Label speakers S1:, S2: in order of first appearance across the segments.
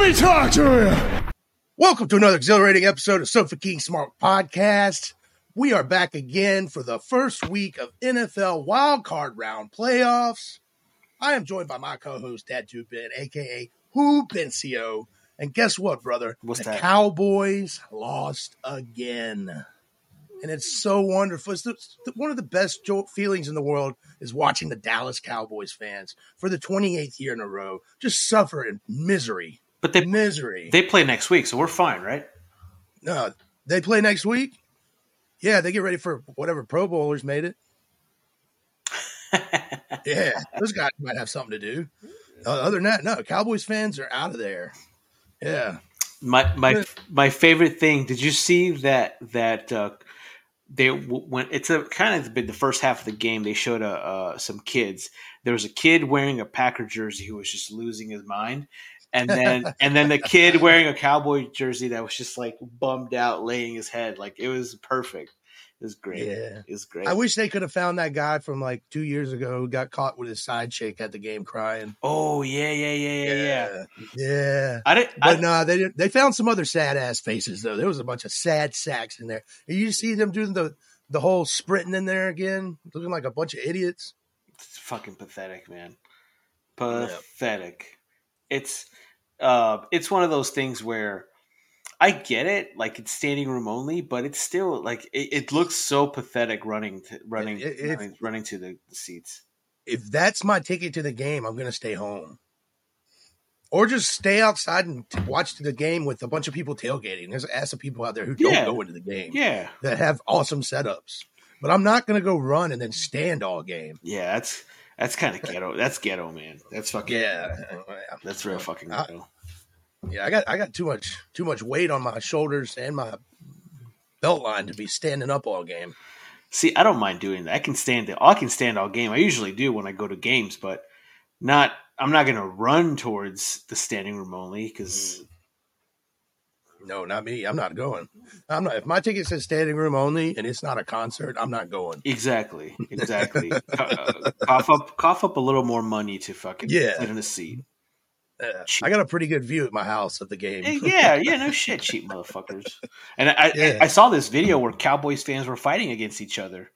S1: me talk to you.
S2: Welcome to another exhilarating episode of Sofa King Smart Podcast. We are back again for the first week of NFL wildcard round playoffs. I am joined by my co-host Dad Dupin, aka Hoopencio. And guess what, brother?
S3: What's
S2: the
S3: that?
S2: Cowboys lost again. And it's so wonderful. It's the, it's the- one of the best jo- feelings in the world is watching the Dallas Cowboys fans for the 28th year in a row just suffer in misery.
S3: But they
S2: Misery.
S3: they play next week, so we're fine, right?
S2: No, they play next week. Yeah, they get ready for whatever Pro Bowlers made it. yeah, those guys might have something to do. Uh, other than that, no, Cowboys fans are out of there. Yeah,
S3: My
S2: Yeah.
S3: my my favorite thing. Did you see that that uh, they w- when it's a kind of been the first half of the game they showed a, uh, some kids. There was a kid wearing a Packer jersey who was just losing his mind, and then and then the kid wearing a Cowboy jersey that was just like bummed out, laying his head. Like it was perfect. It was great.
S2: Yeah.
S3: It was great.
S2: I wish they could have found that guy from like two years ago who got caught with his side chick at the game crying.
S3: oh yeah, yeah, yeah, yeah, yeah.
S2: yeah.
S3: I didn't. I,
S2: But no, they didn't- they found some other sad ass faces though. There was a bunch of sad sacks in there. You see them doing the the whole sprinting in there again, looking like a bunch of idiots.
S3: It's fucking pathetic, man. Pathetic. It's uh it's one of those things where I get it, like it's standing room only, but it's still like it, it looks so pathetic running to, running,
S2: It- it-
S3: running running to the, the seats.
S2: if that's my ticket to the game, I'm going to stay home. Or just stay outside and t- watch the game with a bunch of people tailgating. There's ass of people out there who don't
S3: Yeah.
S2: go into the game
S3: Yeah.
S2: that have awesome setups. But I'm not going to go run and then stand all game.
S3: Yeah, that's that's kind of ghetto. That's ghetto, man. That's fucking
S2: Yeah,
S3: That's real fucking
S2: I-
S3: ghetto.
S2: yeah. I got I got too much too much weight on my shoulders and my belt line to be standing up all game.
S3: See, I don't mind doing that. I can stand it. I can stand all game. I usually do when I go to games, but not. I'm not going to run towards the standing room only
S2: Mm-hmm.
S3: because
S2: No, not me. I'm not going. I'm not. If my ticket says standing room only and it's not a concert, I'm not going.
S3: Exactly. Exactly. Co- uh, cough up, cough up a little more money to fucking
S2: Yeah.
S3: sit in a seat.
S2: Uh, I got a pretty good view at my house of the game.
S3: Eh, Yeah, yeah, no shit, cheap motherfuckers. And I, I,
S2: Yeah.
S3: I saw this video where Cowboys fans were fighting against each other,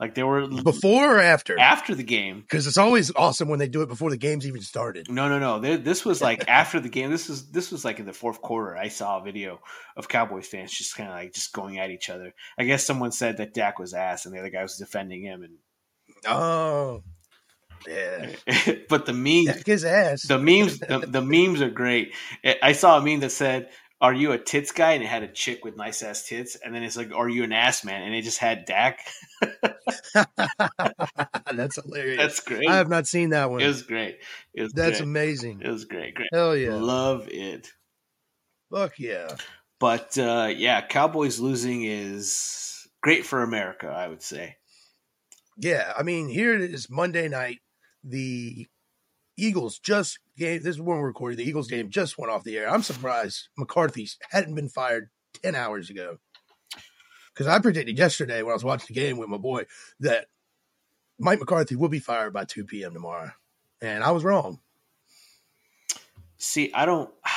S3: like they were
S2: before or after?
S3: after the game.
S2: Because it's always awesome when they do it before the game's even started.
S3: No, no, no. They, this was like after the game. This was this was like in the fourth quarter. I saw a video of Cowboys fans just kind of like just going at each other. I guess someone said that Dak was ass, and the other guy was defending him.
S2: Oh, yeah,
S3: And but the memes
S2: Dak his ass.
S3: the memes the, the memes are great I- i saw a meme that said are you a tits guy and it had a chick with nice ass tits and then it's like are you an ass man and it just had dak
S2: That's hilarious.
S3: that's great
S2: I have not seen that one.
S3: it was great it was
S2: That's
S3: great.
S2: amazing.
S3: it was great great
S2: Hell yeah!
S3: love it
S2: Fuck yeah!
S3: but uh yeah cowboys losing is great for america i would say
S2: Yeah, I mean, here it is Monday night. The Eagles just gave this is when we're recording. The Eagles game just went off the air. I'm surprised McCarthy hadn't been fired 10 hours ago. Because I predicted yesterday when I was watching the game with my boy that Mike McCarthy will be fired by 2 p.m. tomorrow. And I was wrong.
S3: See, I don't.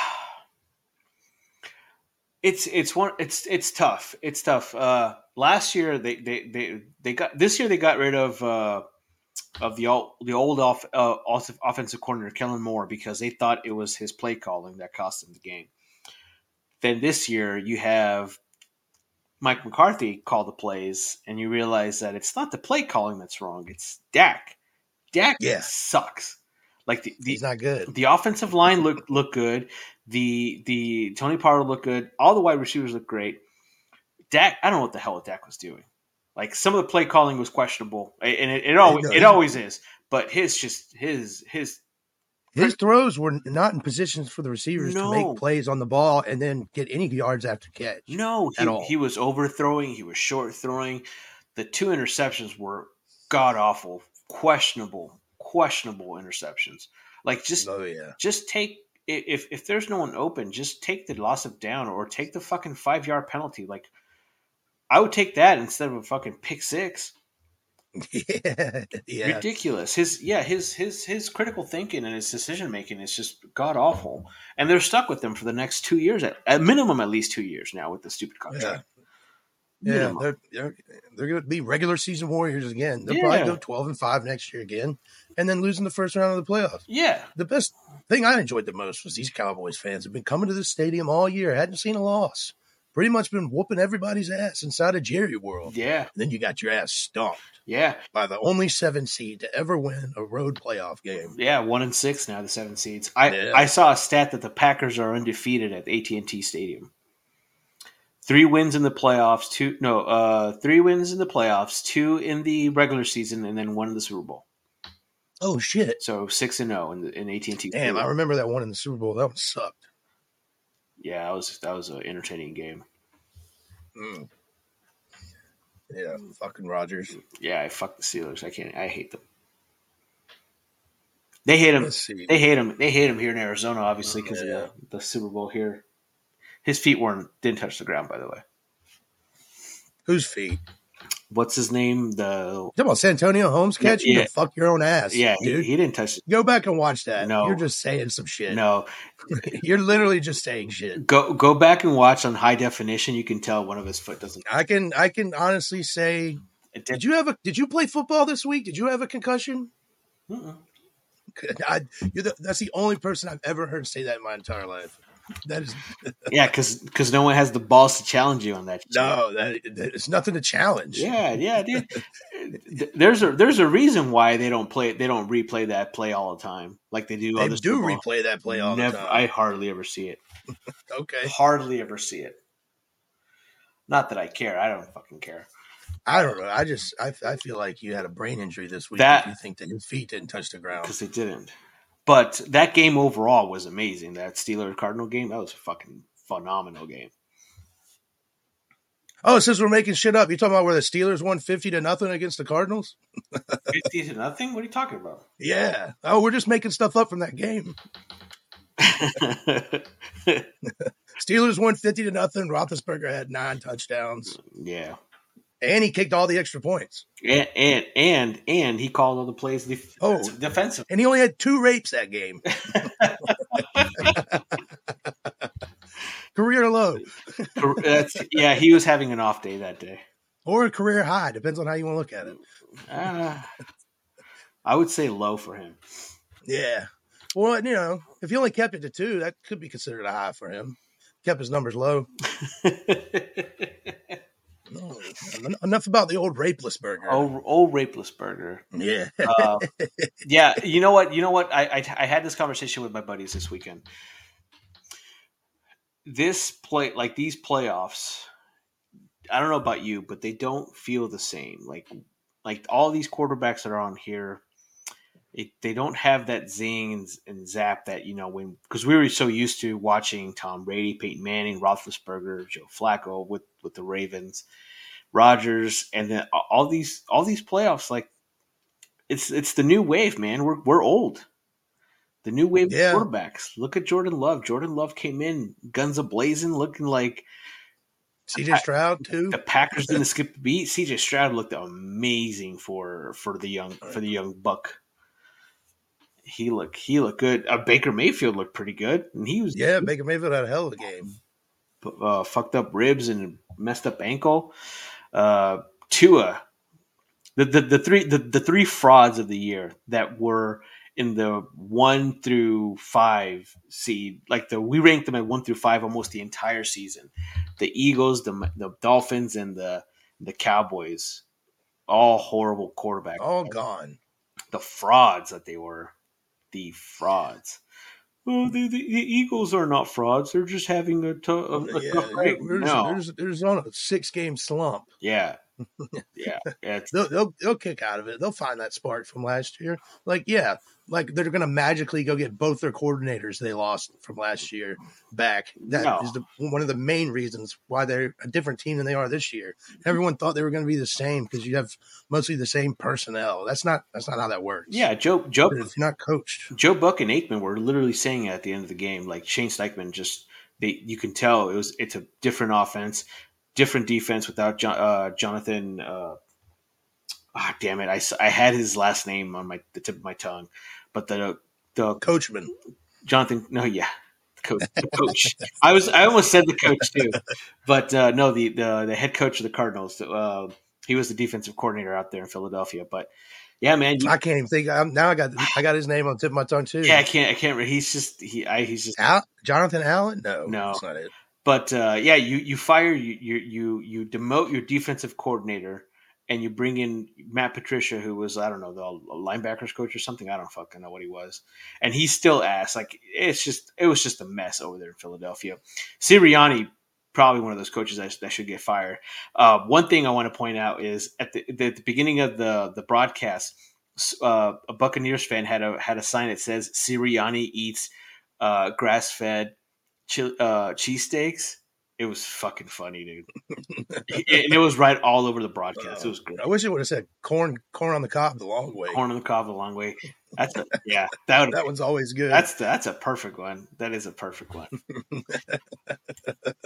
S3: It's it's one it's it's tough. It's tough. Uh, last year they, they they they got this year they got rid of uh, of the old the old off uh, off- offensive coordinator Kellen Moore because they thought it was his play calling that cost them the game. Then this year you have Mike McCarthy call the plays and you realize that it's not the play calling that's wrong. It's Dak. Dak
S2: Yeah.
S3: sucks. Like the, the
S2: He's not good.
S3: the offensive line looked looked good. The the Tony Pollard looked good. All the wide receivers looked great. Dak, I don't know what the hell Dak was doing. Like some of the play calling was questionable, a- and it, it always
S2: know.
S3: it always is. But his just his his
S2: His throws were not in positions for the receivers to
S3: No.
S2: make plays on the ball and then get any yards after catch.
S3: no he,
S2: At all.
S3: he was overthrowing. He was short throwing. The two interceptions were god awful, questionable, questionable interceptions. Like just
S2: Oh yeah.
S3: just take i- if if there's no one open, just take the loss of down or take the fucking five yard penalty. Like I would take that instead of a fucking pick six.
S2: yeah, yeah.
S3: ridiculous. His yeah, his his his critical thinking and his decision making is just god awful, and they're stuck with them for the next two years at, at minimum, at least two years now with the stupid contract.
S2: Yeah,
S3: Minimum.
S2: they're, they're they're going to be regular season Warriors again. They'll
S3: Yeah.
S2: probably go twelve and five next year again, and then losing the first round of the playoffs.
S3: yeah,
S2: The best thing I enjoyed the most was these Cowboys fans have been coming to this stadium all year, hadn't seen a loss, pretty much been whooping everybody's ass inside of Jerry World.
S3: yeah,
S2: And then you got your ass stomped
S3: yeah,
S2: by the only seven seed to ever win a road playoff game.
S3: yeah. One and six now, the seven seeds. I
S2: Yeah.
S3: I saw a stat that the Packers are undefeated at AT and T Stadium. Three wins in the playoffs, two no, uh, three wins in the playoffs, two in the regular season, and then one in the Super Bowl.
S2: Oh shit!
S3: So six and zero in the, in AT and T.
S2: Damn, I remember that one in the Super Bowl. That one sucked.
S3: Yeah, that was that was an entertaining game.
S2: Mm. Yeah, fucking Rogers.
S3: Yeah, I fuck the Steelers. I can't. I hate them. They hate him.
S2: Let's see.
S3: They hate him. They hate him here in Arizona, obviously, because
S2: Yeah.
S3: of the, the Super Bowl here. His feet weren't didn't touch the ground, by the way.
S2: Whose feet?
S3: What's his name? The
S2: Come on, Santonio Holmes catch? You
S3: Yeah.
S2: can fuck your own ass.
S3: yeah, he,
S2: dude.
S3: he didn't touch.
S2: Go back and watch that.
S3: No.
S2: You're just saying some shit.
S3: No,
S2: You're literally just saying shit.
S3: go go back and watch on high definition. You can tell one of his foot doesn't.
S2: I can I can honestly say
S3: It
S2: did
S3: did.
S2: you have a did you play football this week? Did you have a concussion?
S3: Mm-mm.
S2: I, you're the, that's the only person I've ever heard say that in my entire life. That is
S3: Yeah, because no one has the balls to challenge you on that.
S2: no, that, that it's nothing to challenge.
S3: Yeah, yeah, dude. Th- there's a there's a reason why they don't play they don't replay that play all the time like they do.
S2: they
S3: other
S2: do
S3: Super Bowl.
S2: replay that play all
S3: Never,
S2: the
S3: I
S2: time.
S3: hardly ever see it.
S2: okay,
S3: Hardly ever see it. Not that I care. I don't fucking care.
S2: I don't know. I just I, I feel like you had a brain injury this week.
S3: That-
S2: if you think that your feet didn't touch the ground?
S3: because they didn't. But that game overall was amazing. That Steeler Cardinal game that was a fucking phenomenal game.
S2: Oh, it says we're making shit up. You talking about where the Steelers won fifty to nothing against the Cardinals?
S3: Fifty to nothing. What are you talking about?
S2: Yeah. Oh, we're just making stuff up from that game. Steelers won fifty to nothing. Roethlisberger had nine touchdowns,
S3: yeah,
S2: and he kicked all the extra points.
S3: and and and, and he called all the plays def-
S2: Oh.
S3: defensive.
S2: And he only had two rapes that game. career low
S3: Cor- That's, yeah, he was having an off day that day.
S2: or a career high depends on how you want to look at it.
S3: Uh, I would say low for him.
S2: Yeah. Well, you know, if he only kept it to two, that could be considered a high for him. Kept his numbers low. No, en- enough about the old rapeless burger.
S3: oh, old rapeless burger.
S2: yeah.
S3: Uh, yeah, you know what? You know what? I, I I had this conversation with my buddies this weekend. This play, like these playoffs, I don't know about you, but they don't feel the same. Like like all these quarterbacks that are on here, it, they don't have that zing and, and zap that you know when because we were so used to watching Tom Brady, Peyton Manning, Roethlisberger, Joe Flacco with with the Ravens, Rodgers, and then a- all these all these playoffs like it's it's the new wave, man. We're we're old. The new wave
S2: Yeah.
S3: of quarterbacks. Look at Jordan Love. Jordan Love came in guns a blazing, looking like
S2: CJ Stroud too.
S3: the Packers didn't skip the beat. CJ Stroud looked amazing for for the young for the young buck. He looked he looked good. Uh, Baker Mayfield looked pretty good, and he was
S2: Yeah, Baker Mayfield had a hell of a game.
S3: uh, fucked up ribs and messed up ankle. Uh, Tua, the, the the three the, the three frauds of the year that were in the one through five seed, like the we ranked them at one through five almost the entire season. The Eagles, the the Dolphins, and the the Cowboys, all horrible quarterbacks.
S2: All gone.
S3: The frauds that they were, the frauds. Well, the, the, the Eagles are not frauds. They're just having a tou- a- a
S2: Yeah,
S3: tough
S2: they're,
S3: break.
S2: they're,
S3: No.
S2: they're, they're on a six game slump.
S3: Yeah. yeah. It's,
S2: They'll, they'll they'll kick out of it. They'll find that spark from last year. Like yeah, like they're gonna magically go get both their coordinators they lost from last year back. That is
S3: No.
S2: the, one of the main reasons why they're a different team than they are this year. Everyone thought they were gonna be the same because you have mostly the same personnel. That's not that's not how that works.
S3: yeah. Joe, Joe,
S2: if you're not coached,
S3: Joe Buck and Aikman were literally saying at the end of the game, like Shane Steichman just, they, you can tell it was, it's a different offense, different defense without John, uh, Jonathan, uh, ah, damn it, I, s- I had his last name on my the tip of my tongue, but the the
S2: Coachman.
S3: Jonathan, no, yeah, the coach, the coach. I was I almost said the coach too, but uh, no, the, the the head coach of the Cardinals. Uh, he was the defensive coordinator out there in Philadelphia, but yeah, man, you,
S2: I can't even think. I'm, now I got I got his name on the tip of my tongue too.
S3: yeah, I can't, I can't. re- He's just he, I, he's just.
S2: Al- Jonathan Allen? No,
S3: No.
S2: that's not it.
S3: But uh, yeah, you you fire you you you you demote your defensive coordinator and you bring in Matt Patricia, who was I don't know the linebackers coach or something. I don't fucking know what he was, and he still asked. Like it's just it was just a mess over there in Philadelphia. Sirianni probably one of those coaches that, that should get fired. Uh, one thing I want to point out is at the, the, the beginning of the the broadcast, s- uh, a Buccaneers fan had a had a sign that says Sirianni eats uh, grass fed chi- uh, cheesesteaks. It was fucking funny, dude, and it was right all over the broadcast. It was great.
S2: Uh, I wish it would have said corn corn on the cob the long way.
S3: Corn on the cob the long way. That's a, yeah, that would
S2: That one's always good.
S3: that's that's a perfect one. That is a perfect one.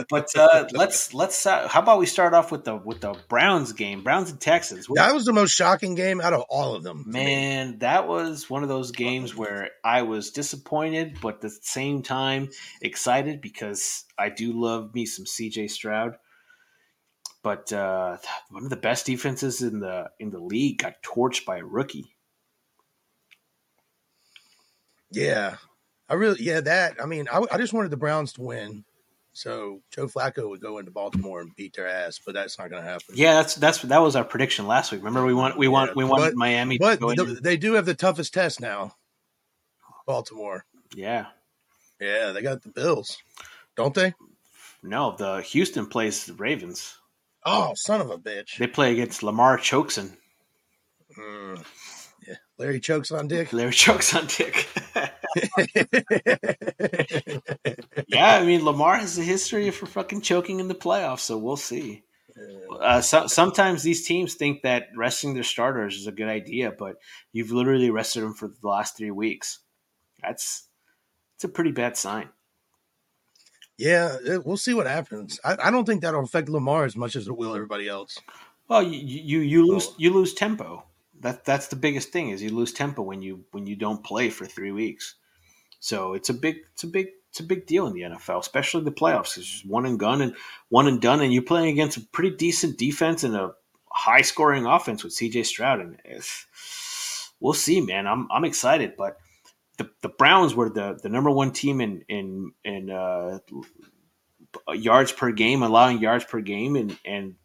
S3: but uh, let's let's uh, how about we start off with the with the Browns game, Browns and Texans. What-
S2: that was the most shocking game out of all of them. to me.
S3: Man, that was one of those games where I was disappointed, but at the same time excited because I do love me some CJ Stroud. But uh, one of the best defenses in the in the league got torched by a rookie.
S2: Yeah, I really yeah that. I mean, I, I just wanted the Browns to win, so Joe Flacco would go into Baltimore and beat their ass, but that's not going to happen.
S3: Yeah, that's that's that was our prediction last week. Remember, we want we want we wanted
S2: But-
S3: Miami to
S2: but
S3: go in
S2: th-
S3: and-
S2: they do have the toughest test now. Baltimore,
S3: Yeah.
S2: yeah, they got the Bills, don't they?
S3: No, the Houston plays the Ravens.
S2: Oh, son of a bitch!
S3: They play against Lamar Chokeson.
S2: Mm. Yeah, Larry chokes on dick.
S3: Larry chokes on Dick. yeah, I mean Lamar has a history for fucking choking in the playoffs, so we'll see. Uh, so, sometimes these teams think that resting their starters is a good idea, but you've literally rested them for the last three weeks. That's it's a pretty bad sign.
S2: yeah, it- we'll see what happens. I, I don't think that'll affect Lamar as much as it will everybody else.
S3: Well, you you, you lose you lose tempo. That that's the biggest thing is you lose tempo when you when you don't play for three weeks. So it's a big it's a big it's a big deal in the NFL, especially the playoffs. It's just one and gun and one and done, and you're playing against a pretty decent defense and a high scoring offense with CJ Stroud. And it's, we'll see, man. I'm I'm excited, but the, the Browns were the, the number one team in in in uh, yards per game, allowing yards per game, and and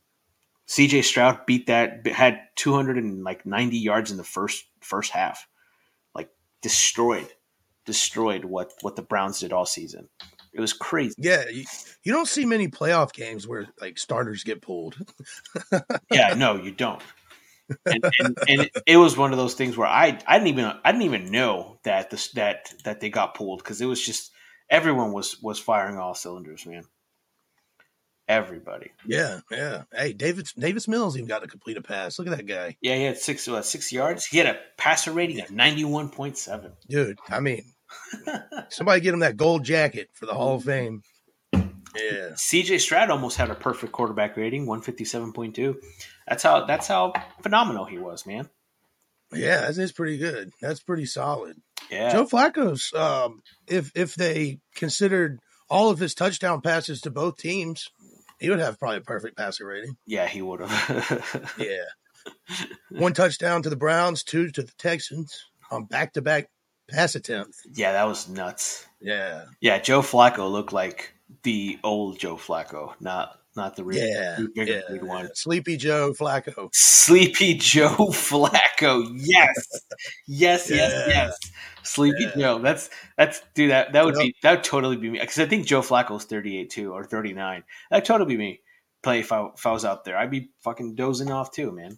S3: CJ Stroud beat that had 290 yards in the first first half. Like destroyed destroyed what what the Browns did all season. It was crazy.
S2: Yeah, you, you don't see many playoff games where like starters get pulled.
S3: Yeah, no, you don't. And, and, and it was one of those things where I I didn't even I didn't even know that this that that they got pulled because it was just everyone was was firing all cylinders, man. Everybody.
S2: Yeah, yeah. Hey, Davis Davis Mills even got to complete a pass. Look at that guy,
S3: Yeah, he had six uh, six yards. He had a passer rating of ninety one point seven.
S2: dude. I mean, somebody get him that gold jacket for the Hall of Fame. Yeah,
S3: CJ Stroud almost had a perfect quarterback rating, 157.2. That's how that's how phenomenal he was, man.
S2: yeah. That's, that's pretty good. That's pretty solid.
S3: Yeah.
S2: Joe Flacco's. Um, if if they considered all of his touchdown passes to both teams, he would have probably a perfect passer rating.
S3: Yeah, he would have.
S2: Yeah, one touchdown to the Browns, two to the Texans on back to back pass attempts.
S3: yeah, that was nuts.
S2: Yeah,
S3: Yeah, Joe Flacco looked like the old Joe Flacco, not not the real
S2: yeah,
S3: big,
S2: yeah.
S3: big one.
S2: Sleepy Joe Flacco.
S3: Sleepy Joe Flacco. Yes. Yes, yes,
S2: Yeah.
S3: yes. Sleepy
S2: Yeah.
S3: Joe. That's that's dude that that would
S2: Yep.
S3: be that would totally be me. Because I think Joe Flacco's 38 too or 39. That'd totally be me. Play if I if I was out there. I'd be fucking dozing off too, man.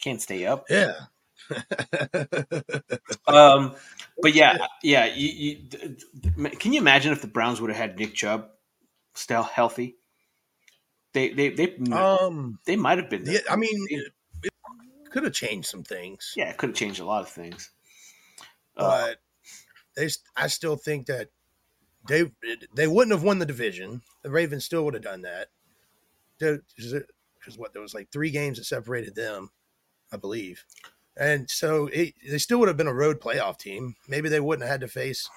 S3: Can't stay up.
S2: Yeah.
S3: Um but yeah, yeah, you, you, d- d- can you imagine if the Browns would have had Nick Chubb still healthy? They they they
S2: um.
S3: they might have been there.
S2: Yeah. I mean, it, it could have changed some things,
S3: Yeah, it could have changed a lot of things. Uh,
S2: but they. s- I still think that they they wouldn't have won the division. The Ravens still would have done that. Because what there was like three games that separated them. I believe. And so it, they still would have been a road playoff team. Maybe they wouldn't have had to face.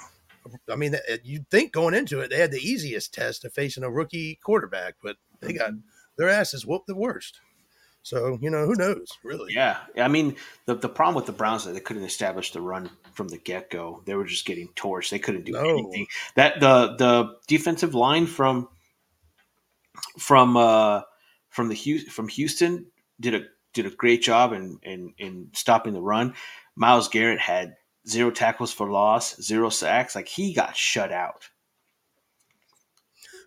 S2: I mean, you'd think going into it, they had the easiest test of facing a rookie quarterback, but they got their asses whooped the worst. So, you know, who knows, really?
S3: Yeah. I mean, the, the problem with the Browns is that they couldn't establish the run from the get go. They were just getting torched. They couldn't do
S2: No.
S3: anything. That the the defensive line from from uh from the Houston, from Houston did a did a great job in in, in stopping the run. Miles Garrett had zero tackles for loss, zero sacks. Like he got shut out.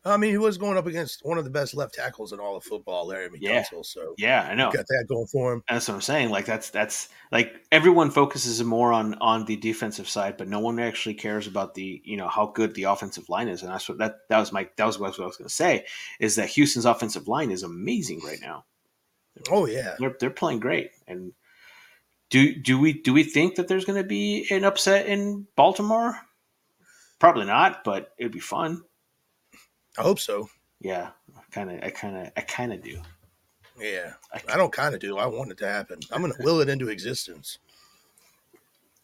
S2: I mean, he was going up against one of the best left tackles in all of football, Larry
S3: Yeah.
S2: McCusill. So
S3: Yeah, I know.
S2: got that going for him.
S3: That's what I'm saying. Like that's that's like everyone focuses more on on the defensive side, but no one actually cares about the you know how good the offensive line is. And that's what that that was my that was what I was going to say is that Houston's offensive line is amazing right now.
S2: Oh, yeah.
S3: They're they're playing great. And do do we do we think that there's going to be an upset in Baltimore? Probably not, but it'd be fun.
S2: I hope so.
S3: Yeah, kind of. I kind of. I kind of do.
S2: Yeah. I don't kind of do. I want it to happen. I'm going to will it into existence.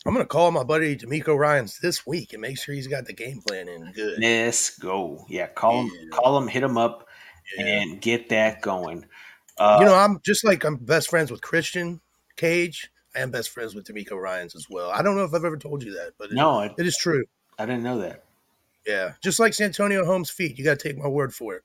S2: I'm going to call my buddy D'Amico Ryans this week and make sure he's got the game plan in good.
S3: Let's go. Yeah, call him.
S2: Yeah.
S3: Call him. Hit him up.
S2: Yeah.
S3: and get that going. Uh,
S2: you know, I'm just like I'm best friends with Christian Cage. I am best friends with D'Amico Ryans as well. I don't know if I've ever told you that, but it-
S3: no, I,
S2: it is true.
S3: I didn't know that.
S2: Yeah, just like Santonio Holmes' feet, you got to take my word for it.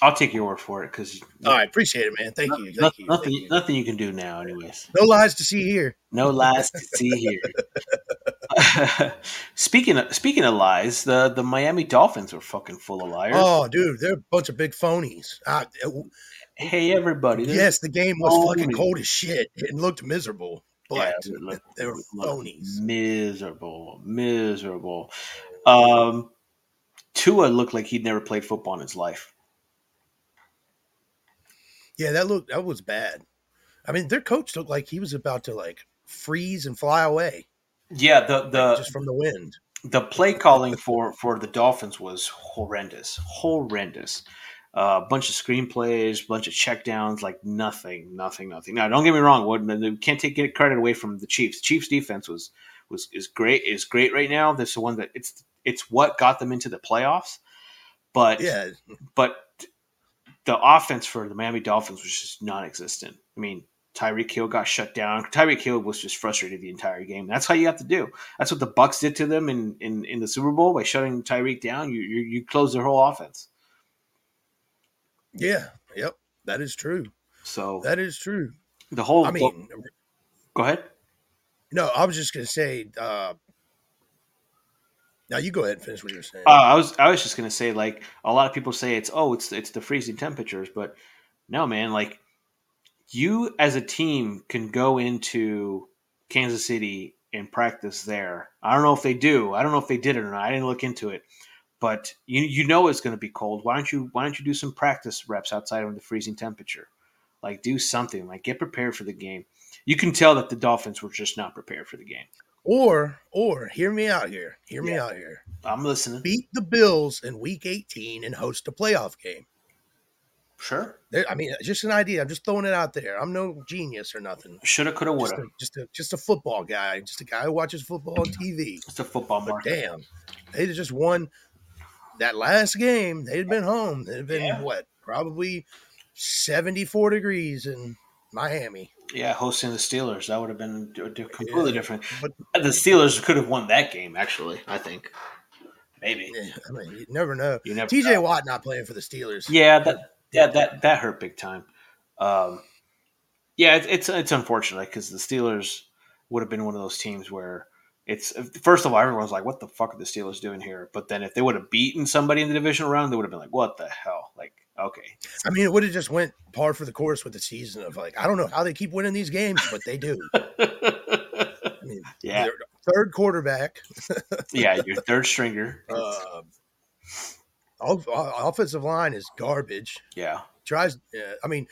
S3: I'll take your word for it because
S2: All right, appreciate it, man. Thank you. Thank you.
S3: nothing,
S2: Thank
S3: nothing,
S2: you.
S3: nothing you can do now, anyways.
S2: No lies to see here.
S3: No lies to see here. speaking of, speaking of lies, the the Miami Dolphins were fucking full of liars.
S2: Oh, dude, they're a bunch of big phonies. I, uh,
S3: hey everybody! there's-
S2: yes, the game was
S3: phony.
S2: fucking cold as shit. It looked miserable,
S3: Yeah,
S2: but
S3: it looked- Mm-hmm.
S2: they were
S3: it looked
S2: phonies.
S3: Miserable, miserable. Um, Tua looked like he'd never played football in his life.
S2: yeah, that looked that was bad. I mean, their coach looked like he was about to like freeze and fly away
S3: Yeah, the the
S2: just from the wind.
S3: the play calling for for the Dolphins was horrendous, horrendous. A bunch of screenplays, bunch of checkdowns, like nothing, nothing, nothing. Now, don't get me wrong, Woodman. We can't take get credit away from the Chiefs. Chiefs defense was was is great is great right now. This is the one that it's it's what got them into the playoffs. But
S2: Yeah,
S3: but the offense for the Miami Dolphins was just non-existent. I mean, Tyreek Hill got shut down. Tyreek Hill was just frustrated the entire game. That's how you have to do. That's what the Bucks did to them in in, in the Super Bowl by shutting Tyreek down. You, you you close their whole offense.
S2: yeah, yep. That is true.
S3: So
S2: That is true.
S3: the whole
S2: I mean,
S3: go ahead.
S2: no, I was just gonna say. uh Now you go ahead and finish what you're saying.
S3: Uh, I was I was just gonna say like a lot of people say it's oh it's it's the freezing temperatures, but no man, like you as a team can go into Kansas City and practice there. I don't know if they do. I don't know if they did it or not. I didn't look into it, but you you know it's gonna be cold. Why don't you Why don't you do some practice reps outside of the freezing temperature? Like do something. Like get prepared for the game. You can tell that the Dolphins were just not prepared for the game.
S2: or, or hear me out here. Hear me out here.
S3: I'm listening.
S2: Beat the Bills in Week 18 and host a playoff game.
S3: Sure.
S2: There, I mean, it's just an idea. I'm just throwing it out there. I'm no genius or nothing.
S3: Shoulda, coulda,
S2: Just
S3: woulda.
S2: a, just a just a football guy. Just a guy who watches football on TV.
S3: It's a football
S2: But
S3: market.
S2: damn, they'd have just won that last game. They'd have been home. They'd have been
S3: Yeah.
S2: what? Probably 74 degrees in Miami.
S3: Yeah, hosting the Steelers that would have been d- d-
S2: Yeah.
S3: completely different. Uh,
S2: But
S3: The Steelers could have won that game, actually. I think maybe
S2: yeah, I mean, you never know.
S3: you never.
S2: TJ Watt not playing for the Steelers.
S3: yeah, that yeah that that hurt big time. Um, yeah, it, it's it's unfortunate because the Steelers would have been one of those teams where it's first of all everyone's like, "What the fuck are the Steelers doing here?" But then if they would have beaten somebody in the divisional round, they would have been like, "What the hell?" Like, okay,
S2: I mean, it would have just went par for the course with the season of like, I don't know how they keep winning these games, but they do. I mean,
S3: yeah,
S2: their third quarterback,
S3: yeah, your third stringer,
S2: uh, off- offensive line is garbage.
S3: yeah,
S2: Tries, uh, I mean,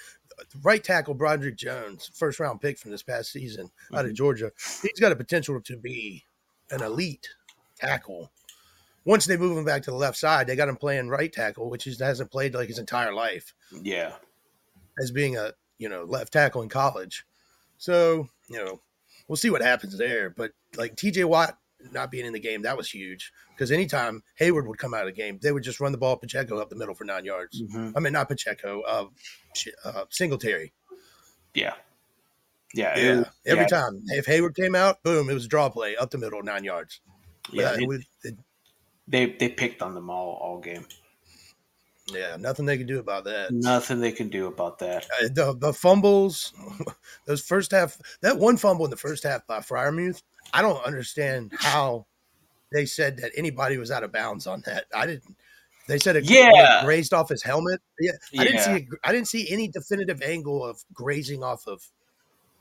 S2: right tackle Broderick Jones, first round pick from this past season out of Georgia, he's got a potential to be an elite tackle. Once they move him back to the left side, they got him playing right tackle, which he hasn't played like his entire life.
S3: yeah.
S2: as being a you know left tackle in college. So, you know, we'll see what happens there. But like TJ Watt not being in the game, that was huge because anytime Hayward would come out of the game, they would just run the ball Pacheco up the middle for nine yards.
S3: Mhm.
S2: I mean, not Pacheco, uh, shit, uh, Singletary.
S3: Yeah. Yeah. it-
S2: Yeah. Every
S3: yeah.
S2: time. If Hayward came out, boom, it was a draw play up the middle, nine yards.
S3: Yeah.
S2: But, uh,
S3: they,
S2: it was- it-
S3: they they picked on them all all game.
S2: yeah, nothing they could do about that.
S3: Nothing they can do about that.
S2: Uh, the the fumbles, those first half, that one fumble in the first half by Fryermuth, I don't understand how they said that anybody was out of bounds on that. I didn't. They said it
S3: Yeah.
S2: grazed off his helmet. Yeah, I didn't see.
S3: Yeah.
S2: It, I didn't see any definitive angle of grazing off of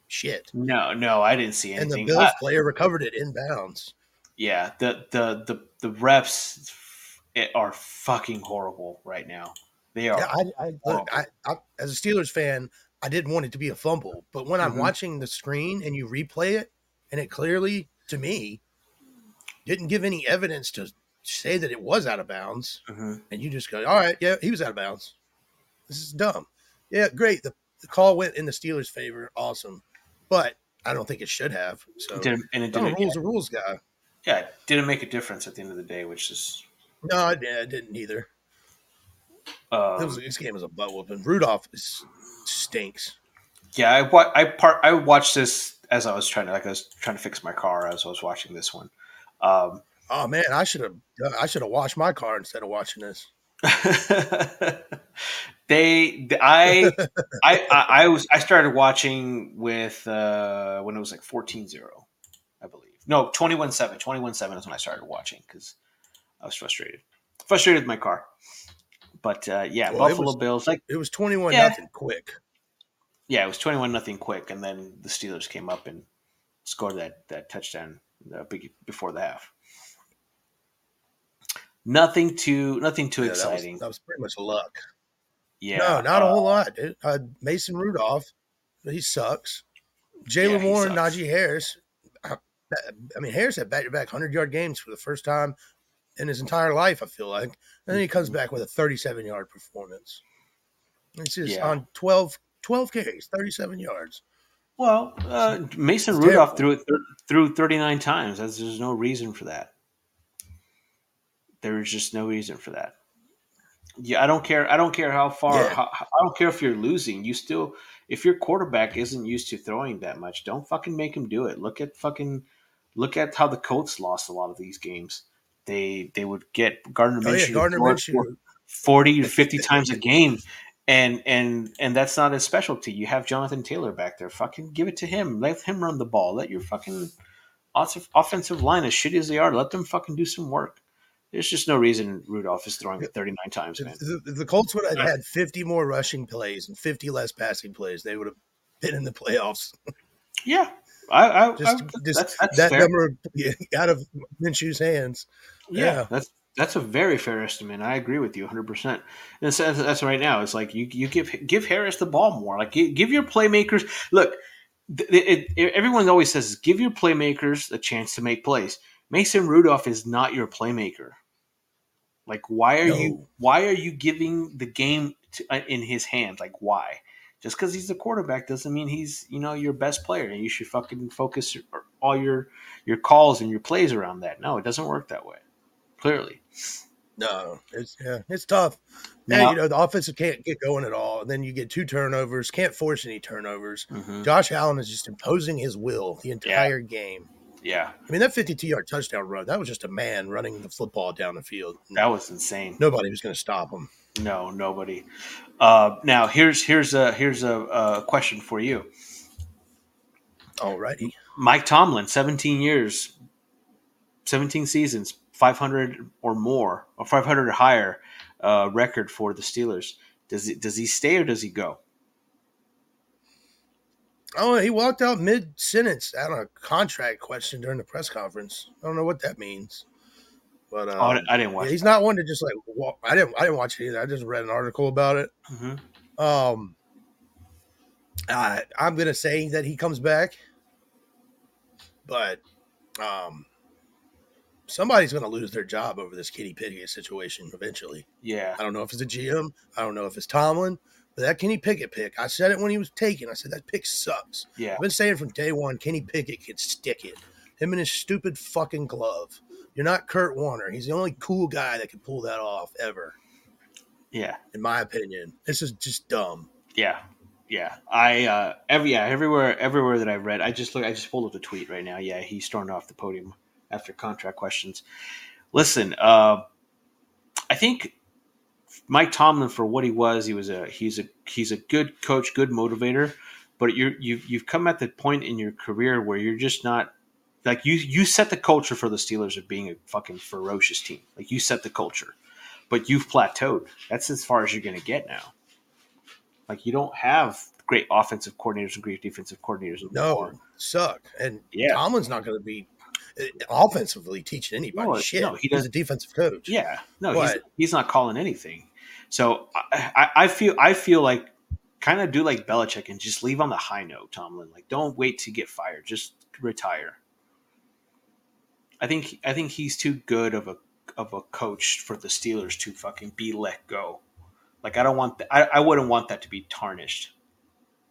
S2: shit.
S3: No, no, I didn't see
S2: And the
S3: anything.
S2: Bills
S3: I-
S2: player recovered it in bounds.
S3: yeah, the the the the reps it are fucking horrible right now. They are.
S2: Yeah, I, I,
S3: Oh.
S2: look, I, I as a Steelers fan, I didn't want it to be a fumble, but when I'm
S3: Mhm.
S2: watching the screen and you replay it, and it clearly to me didn't give any evidence to say that it was out of bounds,
S3: Mhm.
S2: and you just go, "All right, yeah, he was out of bounds." This is dumb. Yeah, great. The, the call went in the Steelers' favor. Awesome, but I don't think it should have. So,
S3: It didn't- and it
S2: I'm a
S3: didn't.
S2: rules a rules guy.
S3: yeah, it didn't make a difference at the end of the day, which is.
S2: No, I I didn't either.
S3: Um,
S2: It was- this game was a butt whooping. Rudolph is, stinks.
S3: Yeah, I wa- I part I watched this as I was trying to like I was trying to fix my car as I was watching this one. Um,
S2: Oh man, I should have I should have washed my car instead of watching this.
S3: they I, I I I was I started watching with uh, when it was like 14-0, I believe. No, 21-7. 21-7 is when I started watching cuz I was frustrated. Frustrated with my car. But uh, yeah,
S2: Well, it
S3: Buffalo
S2: was-
S3: Bills like
S2: It was twenty one
S3: Yeah.
S2: nothing quick.
S3: yeah, it was 21 nothing quick and then the Steelers came up and scored that that touchdown uh, be- before the half. Nothing too nothing too
S2: Yeah, that was-
S3: exciting.
S2: That was, pretty much luck.
S3: yeah.
S2: no, not a
S3: uh,
S2: whole lot. dude. uh, Mason Rudolph, he sucks. Jalen
S3: Yeah, he
S2: Warren,
S3: sucks.
S2: Najee Harris. I, I mean, Harris had back to back hundred yard games for the first time in his entire life. I feel like, and then he
S3: Mm-hmm.
S2: comes back with a thirty seven yard performance. It's just
S3: Yeah.
S2: on 12, 12 carries, thirty seven yards.
S3: Well, uh, Mason
S2: It's
S3: Rudolph threw
S2: terrible.
S3: it th- threw 39 times. That's, there's no reason for that. There's just no reason for that. Yeah, I don't care. I don't care how far.
S2: Yeah.
S3: How, I don't care if you're losing. You still, if your quarterback isn't used to throwing that much, don't fucking make him do it. Look at fucking, look at how the Colts lost a lot of these games. They they would get Gardner
S2: Oh
S3: Minshew,
S2: yeah, Gardner
S3: throw it
S2: Minshew.
S3: for 40 to 50 times a game and and and that's not his specialty you have jonathan taylor back there fucking give it to him let him run the ball let your fucking off- offensive line as shitty as they are let them fucking do some work there's just no reason rudolph is throwing it 39 times man
S2: If the, if the Colts would have had 50 more rushing plays and 50 less passing plays, they would have been in the playoffs.
S3: yeah i i,
S2: Just,
S3: I-
S2: just
S3: that's, that's
S2: that
S3: fair.
S2: number yeah, out of Minshew's hands.
S3: yeah,
S2: yeah.
S3: that's that's a very fair estimate. I agree with you 100. percent And so that's, that's right now. It's like you you give give Harris the ball more. Like give, give your playmakers. Look, th- it, it, everyone always says give your playmakers a chance to make plays. Mason Rudolph is not your playmaker. Like why are you
S2: No.
S3: why are you giving the game to, uh, in his hand? Like why? Just because he's the quarterback doesn't mean he's you know your best player, and you should fucking focus all your your calls and your plays around that. No, it doesn't work that way clearly.
S2: No, it's yeah, it's tough.
S3: Now-
S2: and, you know, the offensive can't get going at all. And then you get two turnovers, can't force any turnovers.
S3: Mhm.
S2: Josh Allen is just imposing his will the entire game.
S3: Yeah,
S2: I mean, that 52 yard touchdown run, that was just a man running the football down the field.
S3: that was insane.
S2: Nobody was going to stop him.
S3: No, nobody. Uh, now here's here's a here's a, a question for you,
S2: Alrighty.
S3: Mike Tomlin, seventeen years, seventeen seasons, five hundred or more, or five hundred or higher uh, record for the Steelers. Does it does he stay or does he go?
S2: Oh, he walked out mid sentence on a contract question during the press conference. I don't know what that means, but um,
S3: Oh, I- I didn't
S2: yeah,
S3: watch.
S2: he's not one to just like walk. I didn't. I didn't watch it either. I just read an article about it.
S3: Mhm.
S2: Um, I, I'm gonna say that he comes back, but um, somebody's gonna lose their job over this Kitty Pitty situation eventually.
S3: Yeah,
S2: I don't know if it's a GM. I don't know if it's Tomlin. But that Kenny Pickett pick, I said it when he was taken. I said that pick sucks.
S3: Yeah.
S2: I've been saying from day one, Kenny Pickett can stick it. Him and his stupid fucking glove. You're not Kurt Warner. He's the only cool guy that can pull that off ever,
S3: Yeah.
S2: in my opinion. This is just dumb.
S3: Yeah. Yeah. I uh every yeah, everywhere everywhere that I've read, I just look I just pulled up the tweet right now. Yeah, he stormed off the podium after contract questions. Listen, uh I think Mike Tomlin for what he was, he was a he's a he's a good coach, good motivator, but you're you've you've come at the point in your career where you're just not like you you set the culture for the Steelers of being a fucking ferocious team. Like you set the culture. But you've plateaued. That's as far as you're gonna get now. Like you don't have great offensive coordinators and great defensive coordinators.
S2: No, suck. And
S3: Yeah.
S2: Tomlin's not going to be uh, offensively teaching anybody
S3: No,
S2: shit.
S3: no, he
S2: He's a defensive coach.
S3: Yeah. No, he's,
S2: But-
S3: he's not calling anything. So I, I, I feel I feel like kind of do like Belichick and just leave on the high note, Tomlin. Like don't wait to get fired. Just retire. I think I think he's too good of a of a coach for the Steelers to fucking be let go. Like I don't want th- I, I wouldn't want that to be tarnished.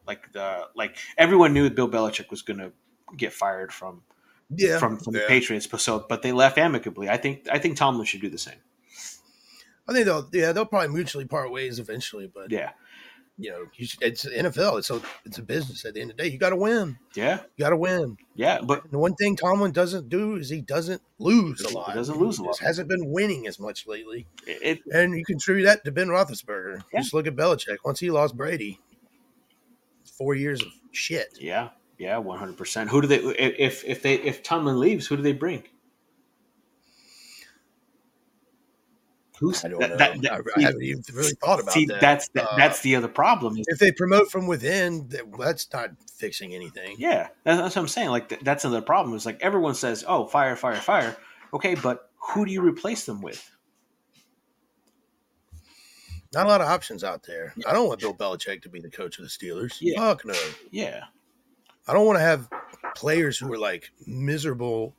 S3: Like the like everyone knew Bill Belichick was gonna get fired from
S2: Yeah.
S3: from, from the
S2: Yeah.
S3: Patriots. but So, but they left amicably. I think I think Tomlin should do the same.
S2: I think they'll yeah they'll probably mutually part ways eventually, but
S3: Yeah,
S2: you know you should, it's the NFL. It's a it's a business. At the end of the day, you got to win.
S3: yeah,
S2: You got to win.
S3: yeah. But
S2: And the one thing Tomlin doesn't do is he doesn't lose a
S3: He
S2: lot.
S3: doesn't lose a lot.
S2: Just hasn't been winning as much lately,
S3: it
S2: and you contribute that to Ben Roethlisberger.
S3: Yeah.
S2: Just look at Belichick. Once he lost Brady, four years of shit.
S3: yeah yeah one hundred percent. Who do they if if they if Tomlin leaves, who do they bring? Who's
S2: I don't
S3: that-
S2: know.
S3: that- that-
S2: I, I haven't even really thought about
S3: see,
S2: that.
S3: that's that,
S2: Uh,
S3: that's the other problem. is-
S2: if they promote from within, that, that's not fixing anything.
S3: yeah, that's, that's what I'm saying. Like th- that's another problem. Is like everyone says, "Oh, fire, fire, fire." Okay, but who do you replace them with?
S2: Not a lot of options out there. I don't want Bill Belichick to be the coach of the Steelers.
S3: Yeah.
S2: Fuck no.
S3: Yeah,
S2: I don't want to have players who are like miserable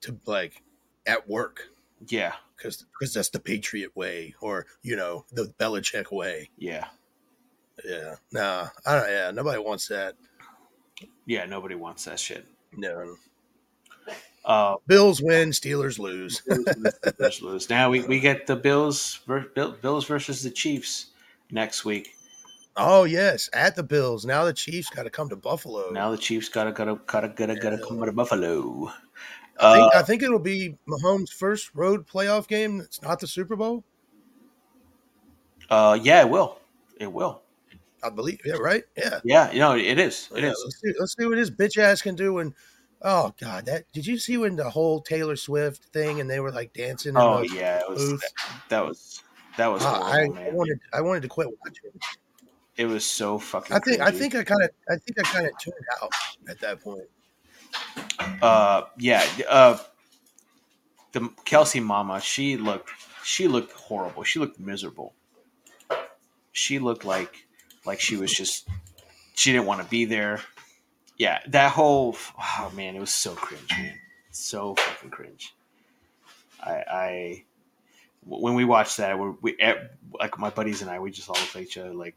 S2: to like at work
S3: yeah,
S2: because because that's the Patriot way or you know the Belichick way.
S3: yeah,
S2: Yeah, nah, I don't. Yeah, nobody wants that.
S3: yeah. Nobody wants that shit.
S2: No,
S3: Uh,
S2: Bills win, Steelers lose.
S3: Bills lose. Now we, we get the Bills ver- Bill- Bills versus the Chiefs next week.
S2: oh yes, at the Bills. Now the Chiefs got to come to Buffalo.
S3: Now the Chiefs gotta gotta gotta gotta gotta come to Buffalo.
S2: I
S3: Uh,
S2: think, I think it'll be Mahomes' first road playoff game. It's not the Super Bowl,
S3: uh, yeah, it will. It will.
S2: I believe. Yeah, right. Yeah,
S3: Yeah, you know it is. It
S2: Yeah,
S3: is.
S2: Let's see, let's see what his bitch ass can do. And oh god, that did you see when the whole Taylor Swift thing and they were like dancing? in
S3: Oh
S2: the
S3: yeah, it was.
S2: booth?
S3: That, that was that was
S2: Ah, I,
S3: horrible,
S2: I
S3: man.
S2: wanted I wanted to quit watching.
S3: It was so fucking.
S2: I think I
S3: cringy.
S2: think I kind of I think I kind of tuned out at that point.
S3: Uh, yeah. Uh, the Kelsey mama, she looked she looked horrible. She looked miserable. She looked like like she was just she didn't want to be there. Yeah, that whole oh man, it was so cringe, man. So fucking cringe. I I when we watched that, we, we eh, like my buddies and I, we just all looked at each other like,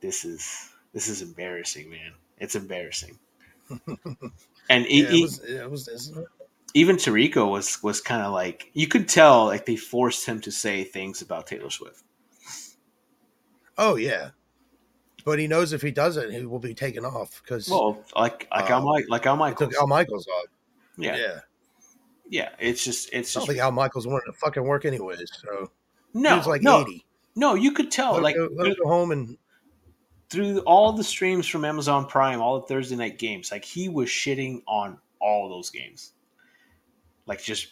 S3: this is this is embarrassing, man. It's embarrassing. and e-
S2: Yeah,
S3: e-
S2: it was it was it's-
S3: even Tariko was was kind of like you could tell like they forced him to say things about Taylor Swift.
S2: oh yeah, but he knows if he doesn't, he will be taken off because
S3: Well, like like
S2: Uh,
S3: I'm like like I'm
S2: I
S3: like
S2: took Al Michaels off. Yeah.
S3: yeah, yeah It's just it's
S2: I don't
S3: just
S2: think Al Michaels wanted to fucking work anyways. So he
S3: no
S2: was like
S3: no
S2: eighty.
S3: no. You could tell
S2: let,
S3: like
S2: him go, let him go home and
S3: through all the streams from Amazon Prime, all the Thursday night games, like he was shitting on all those games, like just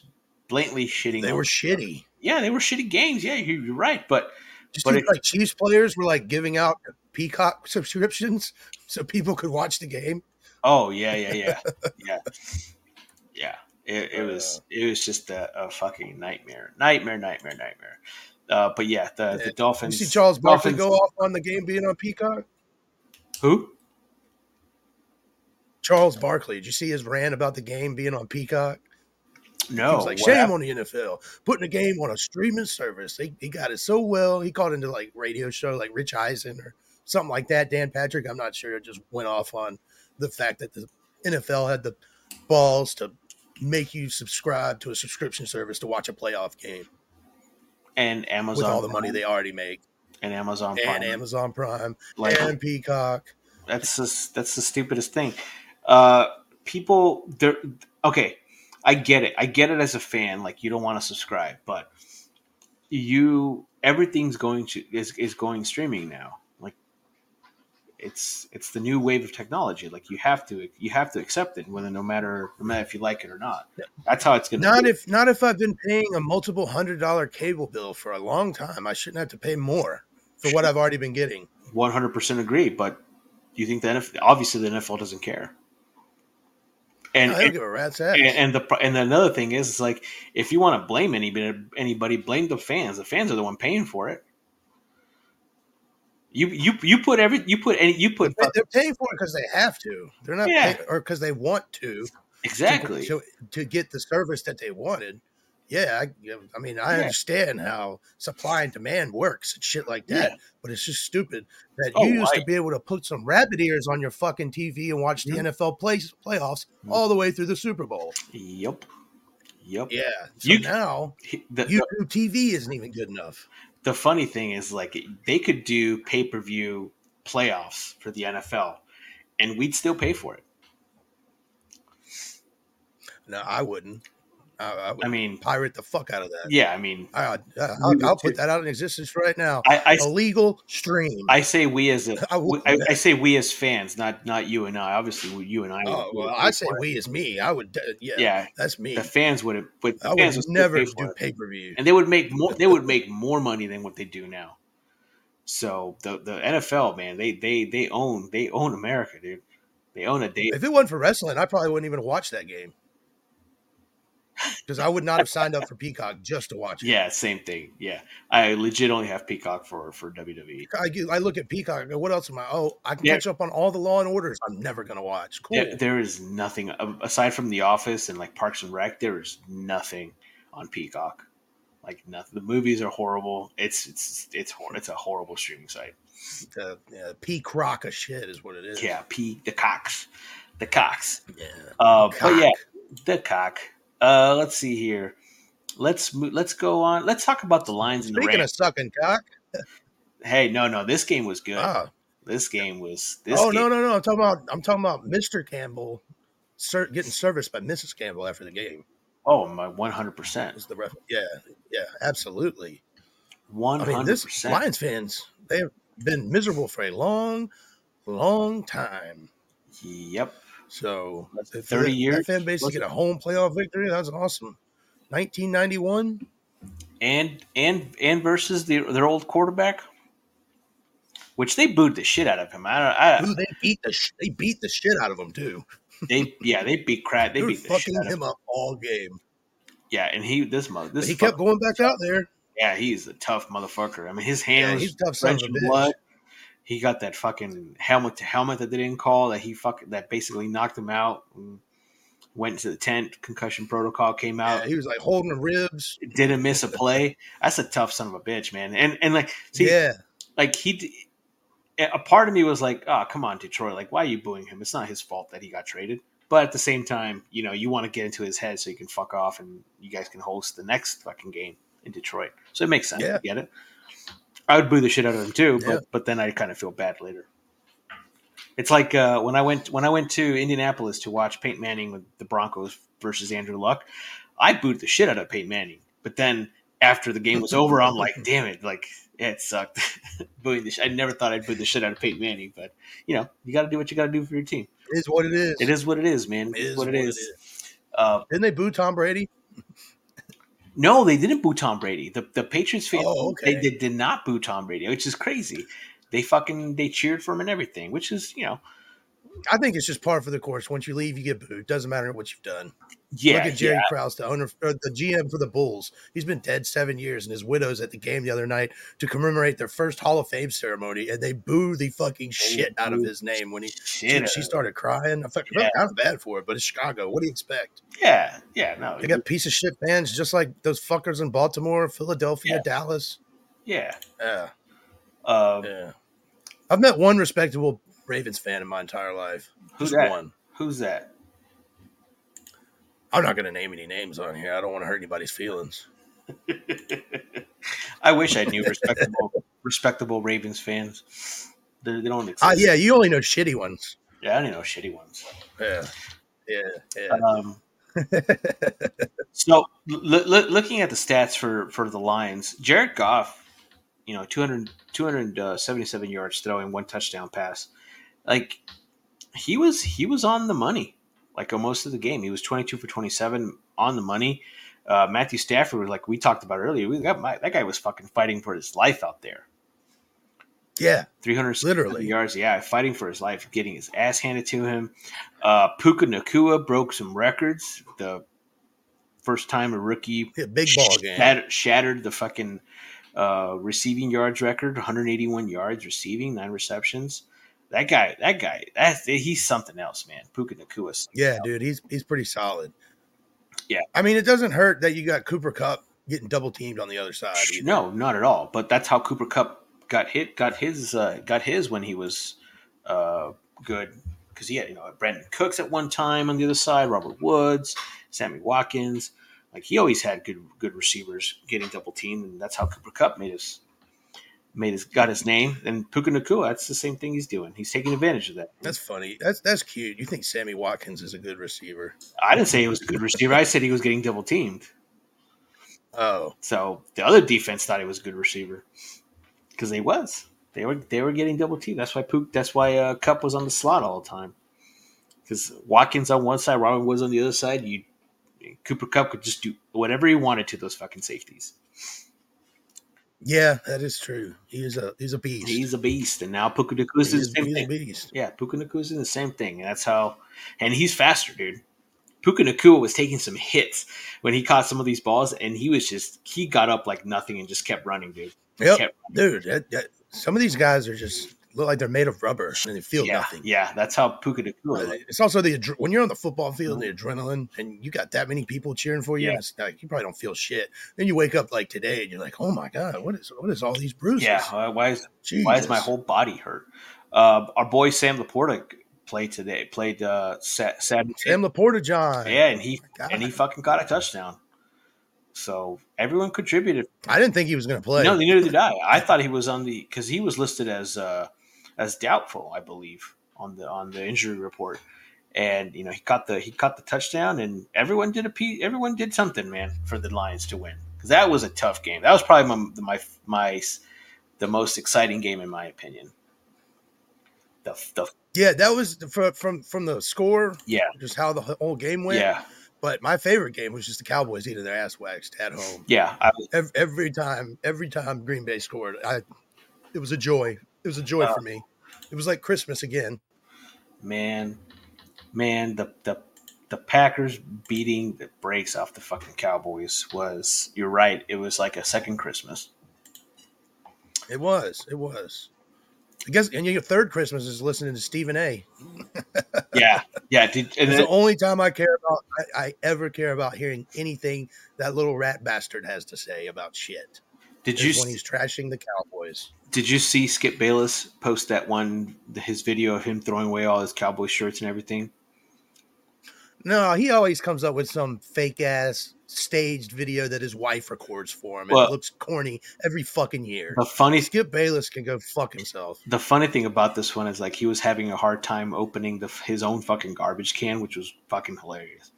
S3: blatantly shitting.
S2: they
S3: on-
S2: were shitty.
S3: yeah, they were shitty games. Yeah, you- you're right, but
S2: Just
S3: But
S2: think,
S3: it-
S2: like Chiefs players were like giving out Peacock subscriptions so people could watch the game.
S3: Oh yeah, yeah, yeah, yeah, yeah. It, it
S2: Uh.
S3: was it was just a, a fucking nightmare, nightmare, nightmare, nightmare. Uh, but yeah, the, the
S2: Yeah. You
S3: Dolphins.
S2: see Charles Barkley
S3: Dolphins-
S2: go off on the game being on Peacock.
S3: Who?
S2: Charles Barkley, did you see his rant about the game being on Peacock?
S3: No,
S2: he was like,
S3: Oh, what
S2: shame
S3: happened?
S2: on the NFL. Putting a game on a streaming service. He, he got it so well. He called into like radio show like Rich Eisen or something like that. Dan Patrick, I'm not sure, just went off on the fact that the NFL had the balls to make you subscribe to a subscription service to watch a playoff game
S3: and Amazon
S2: with all the money they already make.
S3: and Amazon Prime.
S2: And Amazon Prime
S3: Like-
S2: and Peacock.
S3: That's the, that's the stupidest thing. Uh, people, they're okay. I get it. I get it as a fan. Like you don't want to subscribe, but you everything's going to is, is going streaming now. Like it's it's the new wave of technology. Like you have to you have to accept it, whether no matter no matter if you like it or not. That's how it's gonna.
S2: Not
S3: be.
S2: if not if I've been paying a multiple hundred dollar cable bill for a long time. I shouldn't have to pay more for what I've already been getting.
S3: one hundred percent agree. But you think that if obviously the NFL doesn't care. And
S2: I don't
S3: it-
S2: give a rat's ass.
S3: and, and the pro- and another thing is, it's like if you want to blame anybody, anybody blame the fans. The fans are the one paying for it. You you you put every you put any you put
S2: But they're paying for it because they have to. They're not
S3: Yeah.
S2: pay- or because they want to
S3: exactly
S2: to, to get the service that they wanted. Yeah, I, I mean, I
S3: Yeah.
S2: understand how supply and demand works and shit like that,
S3: Yeah.
S2: but it's just stupid that
S3: Oh,
S2: you used to
S3: right.
S2: be able to put some rabbit ears on your fucking TV and watch the
S3: Mhm.
S2: NFL plays playoffs
S3: Mhm.
S2: all the way through the Super Bowl.
S3: yep yep.
S2: Yeah, so
S3: You-
S2: now
S3: He- The, the,
S2: YouTube TV isn't even good enough.
S3: the funny thing is, like they could do pay per view playoffs for the NFL, and we'd still pay for it.
S2: No, I wouldn't. I, I would
S3: I mean,
S2: pirate the fuck out of that.
S3: yeah, I mean,
S2: I, I,
S3: We
S2: will
S3: would
S2: I'll
S3: too.
S2: put that out in existence right now.
S3: I I,
S2: Illegal stream.
S3: I say we as a
S2: I would
S3: I,
S2: do that.
S3: I say we as fans, not not you and I. Obviously, we- you and I. would-
S2: oh
S3: would
S2: well,
S3: pay
S2: I say
S3: for it.
S2: we is me. I would. de- Yeah,
S3: yeah.
S2: that's me.
S3: the fans would have would
S2: I
S3: fans
S2: would
S3: still
S2: never
S3: pay for
S2: do
S3: it.
S2: pay per view.
S3: and they would make more they would make more money than what they do now so the the nfl man they they they own they own america dude they own a day
S2: If it wasn't for wrestling, I probably wouldn't even watch that game because I would not have signed up for Peacock just to watch it.
S3: yeah same thing yeah i legit only have peacock for for E. wwe
S2: I, get- I look at Peacock. I go, what else am I? Oh, I can
S3: Yeah.
S2: catch up on all the Law and Orders. I'm never gonna watch. Cool.
S3: There- there is nothing um, aside from the office and like parks and rec there is nothing on peacock like nothing the movies are horrible it's it's it's hor- it's a horrible streaming site
S2: Uh, yeah, Peacock of shit is what it is.
S3: yeah p the cox the cox
S2: Yeah.
S3: Uh, but
S2: Cock.
S3: yeah, the cock. Uh, let's see here. Let's mo- let's go on. Let's talk about the lines in the
S2: Speaking
S3: rain.
S2: of sucking cock.
S3: hey, no, no, this game was good.
S2: ah,
S3: This game was. This
S2: oh
S3: game,
S2: no no no! I'm talking about I'm talking about Mr. Campbell ser- getting serviced by Mrs. Campbell after the game.
S3: Oh my, one hundred percent,
S2: Was the ref? Yeah, yeah, absolutely.
S3: one
S2: I mean,
S3: hundred
S2: this
S3: percent.
S2: Lions fans they've been miserable for a long, long time.
S3: Yep.
S2: So
S3: That's
S2: if
S3: 30
S2: that-
S3: years?
S2: that fan base to
S3: Was it-
S2: get a home playoff victory. That was awesome. 1991.
S3: And and and versus the, their old quarterback, which they booed the shit out of him. I don't.
S2: Ooh, they beat the sh- they beat the shit out of him too.
S3: I, they yeah, they beat crap. They
S2: They were
S3: beat the shit
S2: fucking
S3: out of him.
S2: him up all game.
S3: Yeah, and he this month
S2: But
S3: this
S2: he
S3: fuck-
S2: kept going back out there.
S3: yeah, he's a tough motherfucker. I mean, his hand
S2: Yeah,
S3: was
S2: he's a tough son of
S3: French
S2: a bitch.
S3: blood. He got that fucking helmet to helmet that they didn't call that he fuck that basically knocked him out. And went to the tent. Concussion protocol came
S2: Yeah,
S3: out.
S2: he was like holding the ribs.
S3: didn't miss a play. That's a tough son of a bitch, man. And and like see,
S2: yeah,
S3: like he. d- A part of me was like, "Oh, come on, Detroit! Like, why are you booing him? It's not his fault that he got traded." But at the same time, you know, you want to get into his head so you can fuck off, and you guys can host the next fucking game in Detroit. So it makes sense.
S2: Yeah.
S3: I get it. I would boo the shit out of him too,
S2: Yeah.
S3: but but then I kind of feel bad later. It's like uh, when I went when I went to Indianapolis to watch Peyton Manning with the Broncos versus Andrew Luck. I booed the shit out of Peyton Manning, but then after the game was over, I'm like, damn it, like yeah, it sucked. Booing the sh- I never thought I'd boo the shit out of Peyton Manning, but you know, you got to do what you got to do for your team.
S2: it is what it is.
S3: It is what it is, man. It is what it is. Uh,
S2: Didn't they boo Tom Brady?
S3: no, they didn't boo Tom Brady. The the Patriots fans
S2: Oh, okay.
S3: they did, did not boo Tom Brady, which is crazy. They fucking they cheered for him and everything, which is you know
S2: I think it's just par for the course. Once you leave, you get booed. Doesn't matter what you've done.
S3: Yeah,
S2: Look at Jerry
S3: yeah.
S2: Krause, the owner, or the GM for the Bulls. He's been dead seven years, and his widow's at the game the other night to commemorate their first Hall of Fame ceremony, and they boo the fucking shit out of his name when he. She,
S3: Shit.
S2: she started crying. I felt
S3: Yeah.
S2: kind of bad for it, but it's Chicago. What do you expect?
S3: Yeah, yeah, no,
S2: They got piece of shit fans just like those fuckers in Baltimore, Philadelphia,
S3: Yeah.
S2: Dallas.
S3: yeah.
S2: Yeah,
S3: Uh,
S2: yeah. I've met one respectable Ravens fan in my entire life.
S3: Who's
S2: just
S3: that?
S2: one.
S3: Who's that?
S2: I'm not going to name any names on here. I don't want to hurt anybody's feelings.
S3: I wish I knew respectable respectable Ravens fans. They're, they don't exist.
S2: Ah, yeah, you only know shitty ones.
S3: yeah, I don't know shitty ones.
S2: Yeah, yeah, yeah.
S3: Um, so, l- l- looking at the stats for for the Lions, Jared Goff, you know, 200, 277 uh, yards throwing, one touchdown pass. Like he was he was on the money. Like uh, most of the game, he was twenty two for twenty seven on the money. Uh, Matthew Stafford was like we talked about earlier. We got my, that guy was fucking fighting for his life out there.
S2: yeah,
S3: 300
S2: Literally.
S3: yards. Yeah, fighting for his life, getting his ass handed to him. Uh, Puka Nakua broke some records. The first time a rookie
S2: yeah, big ball game.
S3: shattered, shattered the fucking uh, receiving yards record, 181 yards receiving, nine receptions. That guy, that guy, that's he's something else, man. Puka Nakua. is-
S2: Yeah, dude, he's he's pretty solid.
S3: Yeah.
S2: I mean, it doesn't hurt that you got Cooper Cup getting double teamed on the other side. either.
S3: No, not at all. But that's how Cooper Cup got hit, got his, uh, got his when he was uh, good because he had you know Brandon Cooks at one time on the other side, Robert Woods, Sammy Watkins. Like he always had good good receivers getting double teamed, and that's how Cooper Cup made his made his got his name. And Puka Nakua, that's the same thing he's doing. He's taking advantage of that.
S2: That's funny. That's that's cute. You think Sammy Watkins is a good receiver?
S3: I didn't say he was a good receiver. I said he was getting double teamed.
S2: Oh,
S3: So the other defense thought he was a good receiver because they was. They were they were getting double teamed. That's why Pook. That's why uh, Cup was on the slot all the time because Watkins on one side, Robin Woods on the other side. You Cooper Cup could just do whatever he wanted to those fucking safeties.
S2: yeah, that is true. He's a he's a beast.
S3: He's a beast, and now Puka Nakusa
S2: he's,
S3: is the same
S2: he's a
S3: thing.
S2: beast.
S3: Yeah, Puka Nakua is the same thing, and that's how. And he's faster, dude. Puka Nakua was taking some hits when he caught some of these balls, and he was just he got up like nothing and just kept running, dude.
S2: Yep,
S3: Kept
S2: dude. That, that, some of these guys are just look like they're made of rubber and they feel
S3: yeah,
S2: nothing.
S3: Yeah, that's how Puka Nakua. looked.
S2: It's also the adre- when you're on the football field, the adrenaline, and you got that many people cheering for you.
S3: Mm-hmm. Yeah.
S2: and It's like you probably don't feel shit. Then you wake up like today, and you're like, "Oh my god, what is what is all these bruises?
S3: Yeah, why- why is
S2: Jesus.
S3: why is my whole body hurt? Uh, our boy Sam Laporta played today. Played uh, Sa- Saturday.
S2: Sam Laporta John?
S3: yeah, and he
S2: God.
S3: and he fucking got a touchdown. So everyone contributed.
S2: I didn't think he was going to play.
S3: No, neither did I. I thought he was on the because he was listed as uh, as doubtful, I believe, on the on the injury report. And you know he caught the he caught the touchdown, and everyone did a piece, everyone did something, man, for the Lions to win because that was a tough game. That was probably my my my the most exciting game in my opinion. The the
S2: yeah, that was from from from the score,
S3: yeah
S2: just how the whole game went.
S3: yeah
S2: But my favorite game was just the Cowboys eating their ass waxed at home.
S3: yeah I,
S2: Every, every time, every time Green Bay scored, I it was a joy. It was a joy for me. It was like Christmas again.
S3: man man the the the Packers beating the brakes off the fucking Cowboys was you're right it was like a second Christmas.
S2: It was. It was. I guess, and your third Christmas is listening to Stephen A.
S3: Yeah yeah did, and
S2: It's the
S3: then,
S2: only time I care about. I, I ever care about hearing anything that little rat bastard has to say about shit.
S3: did
S2: Is
S3: you
S2: when he's trashing the Cowboys.
S3: did you see Skip Bayless post that one his video of him throwing away all his Cowboy shirts and everything?
S2: No, he always comes up with some fake ass staged video that his wife records for him. and
S3: Well-
S2: it looks corny every fucking year.
S3: The funny
S2: Skip Bayless can go fuck himself.
S3: the funny thing about this one is like he was having a hard time opening the, his own fucking garbage can, which was fucking hilarious.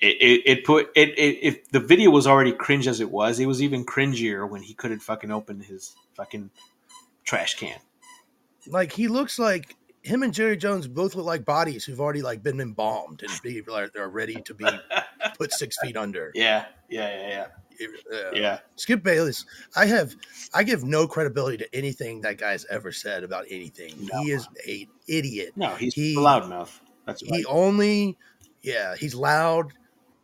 S3: It, it, it put it, it if the video was already cringe as it was, it was even cringier when he couldn't fucking open his fucking trash can.
S2: Like he looks like him and Jerry Jones both look like bodies who've already like been embalmed and be, like, they're ready to be put six feet under.
S3: Yeah, yeah, yeah, yeah.
S2: Uh,
S3: yeah.
S2: Skip Bayless, I have, I give no credibility to anything that guy's ever said about anything.
S3: No.
S2: He is a idiot.
S3: No, he's
S2: He-
S3: a loudmouth. That's right.
S2: He only, yeah, he's loud,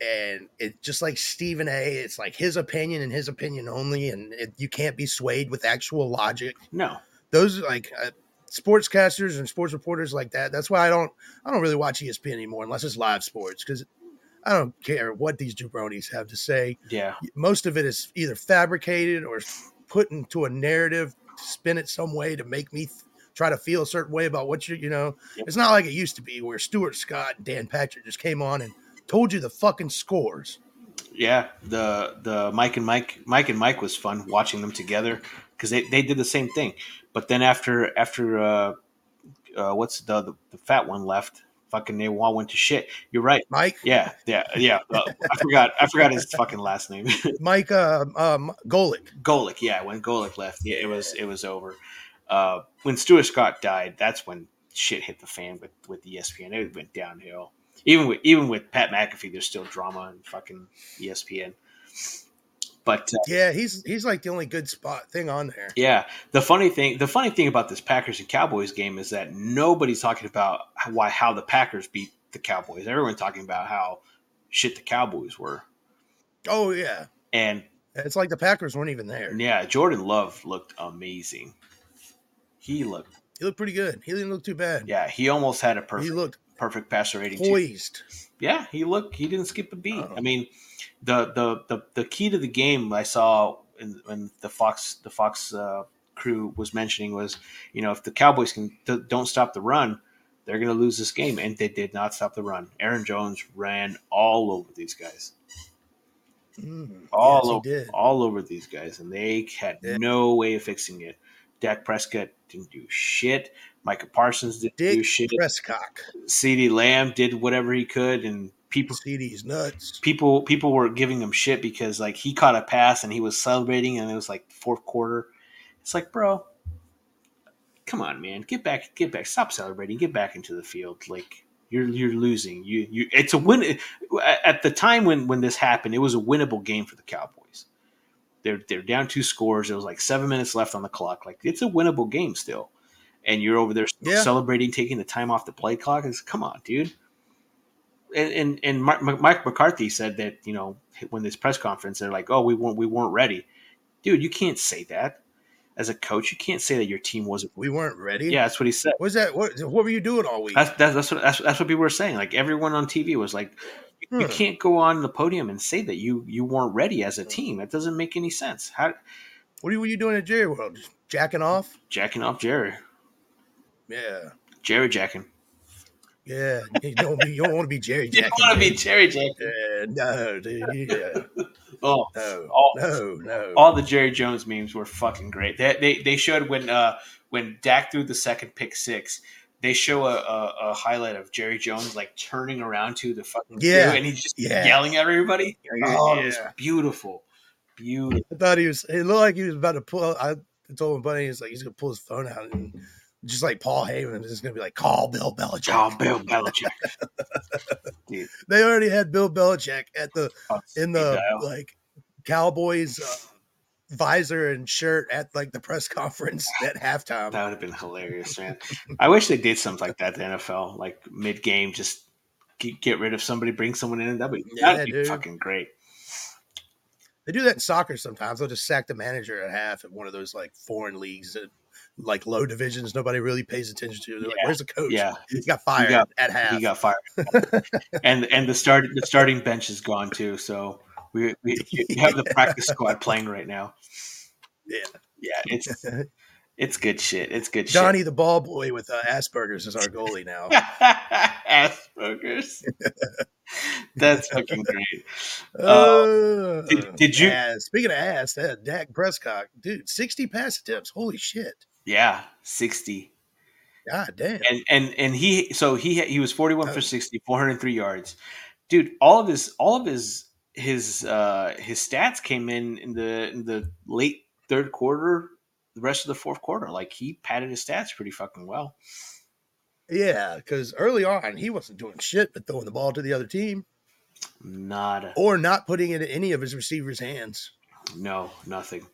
S2: and it just like Stephen A. It's like his opinion and his opinion only, and it, you can't be swayed with actual logic.
S3: no.
S2: Those like uh, sportscasters and sports reporters like that. That's why I don't, I don't really watch E ESPN anymore unless it's live sports because. I don't care what these jabronis have to say
S3: Yeah.
S2: most of it is either fabricated or put into a narrative, spin it some way to make me th- try to feel a certain way about what you you know.
S3: Yep.
S2: It's not like it used to be where Stuart Scott and Dan Patrick just came on and told you the fucking scores.
S3: Yeah, the the Mike and Mike Mike and Mike was fun watching them together because they, they did the same thing. But then after after uh, uh, what's the, the the fat one left? Fucking they all went to shit. You're right.
S2: Mike,
S3: Yeah, yeah, yeah. Uh, I forgot I forgot his fucking last name.
S2: Mike, uh, um, Golick.
S3: Golick. Yeah, when Golick left, yeah, it was it was over. Uh, when Stuart Scott died, that's when shit hit the fan with with E ESPN. It went downhill. Even with even with Pat McAfee, there's still drama and fucking E ESPN. But uh,
S2: Yeah, he's he's like the only good spot thing on there.
S3: yeah, the funny thing the funny thing about this Packers and Cowboys game is that nobody's talking about why how the Packers beat the Cowboys. Everyone's talking about how shit the Cowboys were.
S2: Oh yeah,
S3: And
S2: it's like the Packers weren't even there.
S3: yeah, Jordan Love looked amazing. He looked
S2: He looked pretty good. He didn't look too bad.
S3: yeah, he almost had a
S2: he
S3: perfect
S2: looked
S3: perfect passer rating. too.
S2: poised.
S3: Yeah, he looked. He didn't skip a beat.
S2: Oh.
S3: I mean, the, the the the key to the game I saw in, when the Fox the Fox uh, crew was mentioning was you know if the Cowboys can d- don't stop the run, they're going to lose this game, and they did not stop the run. Aaron Jones ran all over these guys,
S2: Mm,
S3: all
S2: yes, he
S3: over,
S2: did.
S3: all over these guys, and they had
S2: Yeah.
S3: no way of fixing it. Dak Prescott didn't do shit. Micah Parsons didn't do
S2: Dick
S3: shit.
S2: Prescott,
S3: CeeDee Lamb did whatever he could, and people
S2: CD's nuts.
S3: people people were giving him shit because like he caught a pass and he was celebrating and it was like fourth quarter. It's like, bro, come on, man, get back, get back, stop celebrating, get back into the field. Like you're you're losing. You you it's a win at the time when when this happened. It was a winnable game for the Cowboys. They're they're down two scores. There was like seven minutes left on the clock. Like it's a winnable game still. And you're over there
S2: Yeah.
S3: celebrating, taking the time off the play clock. It's come on, dude and and, and Mike, Mike McCarthy said that you know when this press conference they're like, oh, we weren't we weren't ready, dude. You can't say that as a coach. You can't say that your team wasn't.
S2: We weren't ready.
S3: Yeah, that's what he said.
S2: What's that? What, what were you doing all week?
S3: That's that's that's what, that's, that's what people were saying. Like everyone on TV was like, you
S2: Hmm.
S3: can't go on the podium and say that you you weren't ready as a team. That doesn't make any sense. How
S2: What were you doing at Jerry World? Just jacking off?
S3: jacking off Jerry,
S2: Yeah.
S3: Jerry jacking.
S2: Yeah. You don't, be, you don't want to be Jerry
S3: You
S2: jacking.
S3: want to be Jerry jacking.
S2: Yeah, no, dude. Yeah.
S3: Oh,
S2: No.
S3: All-
S2: no, no.
S3: all the Jerry Jones memes were fucking great. They they, they showed when uh, when Dak threw the second pick six. They show a, a, a highlight of Jerry Jones like turning around to the fucking
S2: Yeah.
S3: two, and he's just
S2: Yeah.
S3: yelling at everybody. Oh, it was
S2: Yeah.
S3: beautiful, beautiful.
S2: I thought he was, it looked like he was about to pull. I told him, buddy, he's like, he's going to pull his phone out and just like Paul Heyman is going to be like, call Bill Belichick.
S3: John Bill Belichick.
S2: They already had Bill Belichick at the, in the
S3: Dial.
S2: like Cowboys uh, visor and shirt at like the press conference at halftime.
S3: That would have been hilarious, man. I wish they did something like that. The NFL, like mid game, just get, get rid of somebody, bring someone in. That would
S2: Yeah,
S3: that'd be
S2: dude.
S3: fucking great.
S2: They do that in soccer sometimes. They'll just sack the manager at half at one of those like foreign leagues that like low divisions nobody really pays attention to. They're like,
S3: Yeah.
S2: "Where's the coach?
S3: Yeah,
S2: He got fired
S3: got-
S2: at half."
S3: he got fired, and and the start the starting bench is gone too. So we, we you have the practice squad playing right now.
S2: Yeah.
S3: yeah, it's it's good shit. It's good
S2: Johnny the ball boy with uh, Asperger's is our goalie now.
S3: shit. Asperger's. That's fucking great.
S2: Uh,
S3: did- did you-
S2: ass. Speaking of ass, that Dak Prescott, dude, sixty pass attempts. Holy shit!
S3: Yeah, sixty.
S2: God damn.
S3: and and and he so he he was 41
S2: Oh.
S3: for 60 403 yards dude all of his all of his his uh his stats came in in the in the late third quarter the rest of the fourth quarter like he padded his stats pretty fucking well
S2: Yeah, because early on he wasn't doing shit but throwing the ball to the other team
S3: Nada.
S2: or not putting it in any of his receivers' hands.
S3: No, nothing.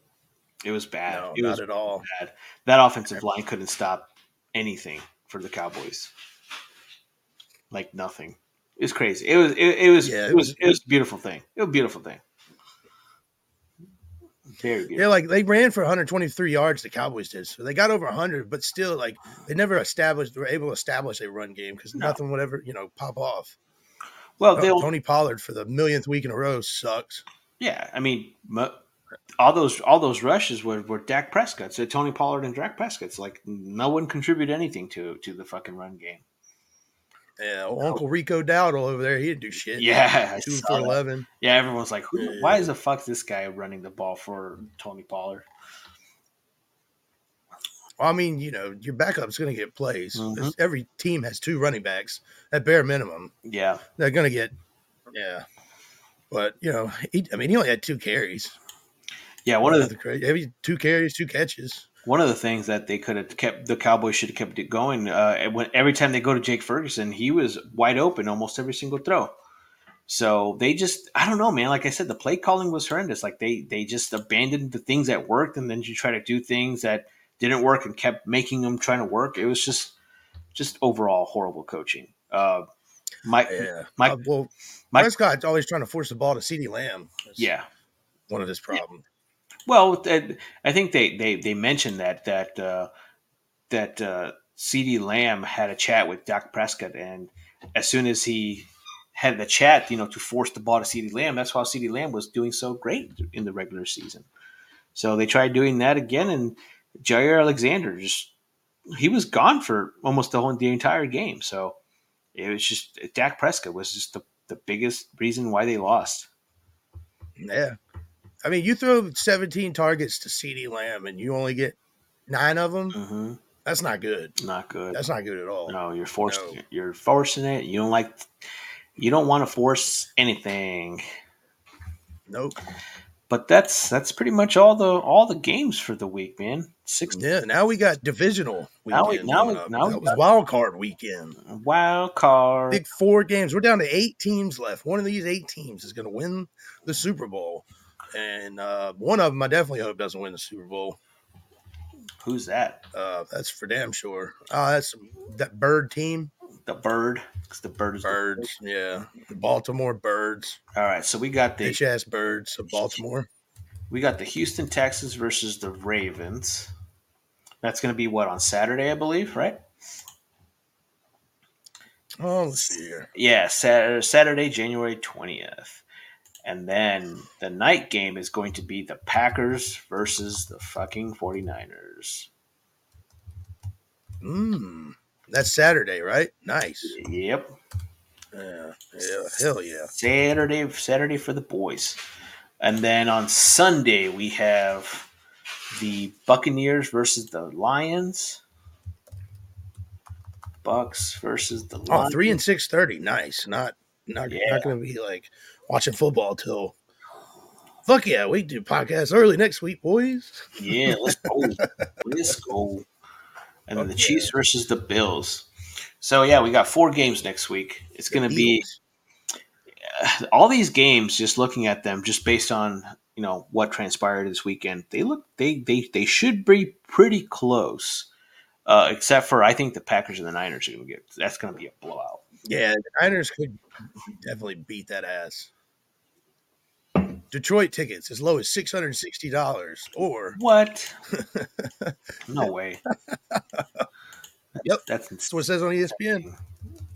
S3: It was bad.
S2: No,
S3: it
S2: not
S3: was
S2: at all.
S3: bad. That offensive line couldn't stop anything for the Cowboys. Like nothing. It was crazy. It was it, it was
S2: Yeah,
S3: it,
S2: it
S3: was,
S2: was-
S3: it was a beautiful thing. It was a beautiful thing. Very
S2: Yeah,
S3: beautiful.
S2: like they ran for 123 yards. The Cowboys did, so they got over 100, but still, like they never established, were able to establish a run game because
S3: No.
S2: nothing would ever, you know, pop off.
S3: Well,
S2: Oh,
S3: they'll
S2: Tony Pollard for the millionth week in a row sucks.
S3: yeah. I mean, mo- all those all those rushes were were Dak Prescott, so Tony Pollard and Dak Prescott's like no one contributed anything to to the fucking run game.
S2: Yeah, well, Uncle Rico Dowdle over there, he didn't do shit.
S3: Yeah, I
S2: two
S3: saw
S2: for
S3: that.
S2: 11.
S3: Yeah, everyone's like, Who,
S2: Yeah.
S3: why is the fuck this guy running the ball for Tony Pollard?
S2: I mean, you know, your backup's going to get plays.
S3: Mhm.
S2: This- Every team has two running backs at bare minimum.
S3: Yeah,
S2: They're going to get, yeah. But you know, he, I mean, he only had two carries.
S3: yeah. One of the
S2: Nothing crazy. Maybe two carries, two catches.
S3: one of the things that they could have kept the Cowboys should have kept it going. Uh, when every time they go to Jake Ferguson, he was wide open almost every single throw. So they just, I don't know, man. Like I said, the play calling was horrendous. Like they they just abandoned the things that worked, and then you try to do things that didn't work and kept making them trying to work. It was just just overall horrible coaching. Uh, Mike,
S2: Yeah.
S3: Mike-
S2: Uh, well,
S3: Mike-
S2: Prescott's always trying to force the ball to Ceedee Lamb. That's
S3: yeah.
S2: one of his problems.
S3: Well, that, I think they, they, they mentioned that that uh, that uh, C.D. Lamb had a chat with Dak Prescott, and as soon as he had the chat, you know, to force the ball to C.D. Lamb, that's why C.D. Lamb was doing so great in the regular season. So they tried doing that again, and Jair Alexander just he was gone for almost the whole the entire game. So it was just Dak Prescott was just the, the biggest reason why they lost.
S2: Yeah. I mean, you throw 17 targets to Ceedee Lamb and you only get nine of them.
S3: hmm
S2: That's not good.
S3: Not good.
S2: That's not good at all.
S3: No, you're forced.
S2: No.
S3: You're forcing it. You don't like. You don't want to force anything.
S2: Nope.
S3: But that's that's pretty much all the all the games for the week, man. Six
S2: Yeah. Now we got divisional
S3: Now we-
S2: weekend.
S3: now
S2: coming
S3: we-
S2: up.
S3: now
S2: That
S3: we
S2: was wild card weekend.
S3: wild card.
S2: Big four games. We're down to eight teams left. One of these eight teams is going to win the Super Bowl. And uh, one of them, I definitely hope, doesn't win the Super Bowl.
S3: Who's that?
S2: Uh, that's for damn sure. Uh, that's that bird team.
S3: The bird. 'Cause the bird is the-
S2: Birds. Yeah. The Baltimore Birds.
S3: all right, so we got the
S2: Bitch ass birds of Baltimore.
S3: we got the Houston Texans versus the Ravens. That's going to be what on Saturday, I believe, right?
S2: Oh, let's see here.
S3: Yeah, Saturday, Saturday January 20th. And then the night game is going to be the Packers versus the fucking 49ers.
S2: Mm, that's Saturday, right? Nice.
S3: Yep.
S2: Yeah, yeah, hell yeah.
S3: Saturday Saturday for the boys. And then on Sunday we have the Buccaneers versus the Lions. Bucks versus the
S2: Oh,
S3: Lions.
S2: three and six thirty. Nice. Not not
S3: Yeah.
S2: not gonna be like watching football till. Fuck yeah, we do podcasts early next week, boys.
S3: Yeah, let's go. let's go. And then the
S2: Okay.
S3: Chiefs versus the Bills. So yeah, we got four games next week. It's going to be uh,
S2: Eagles.
S3: all these games. Just looking at them, just based on you know what transpired this weekend, they look they they they should be pretty close. Uh, except for I think the Packers and the Niners are going to get that's going to be a blowout.
S2: Yeah, the Niners could definitely beat that ass. Detroit tickets as low as six hundred and sixty dollars, or
S3: What? no way.
S2: Yep.
S3: That's ins-
S2: that's what it says on E ESPN.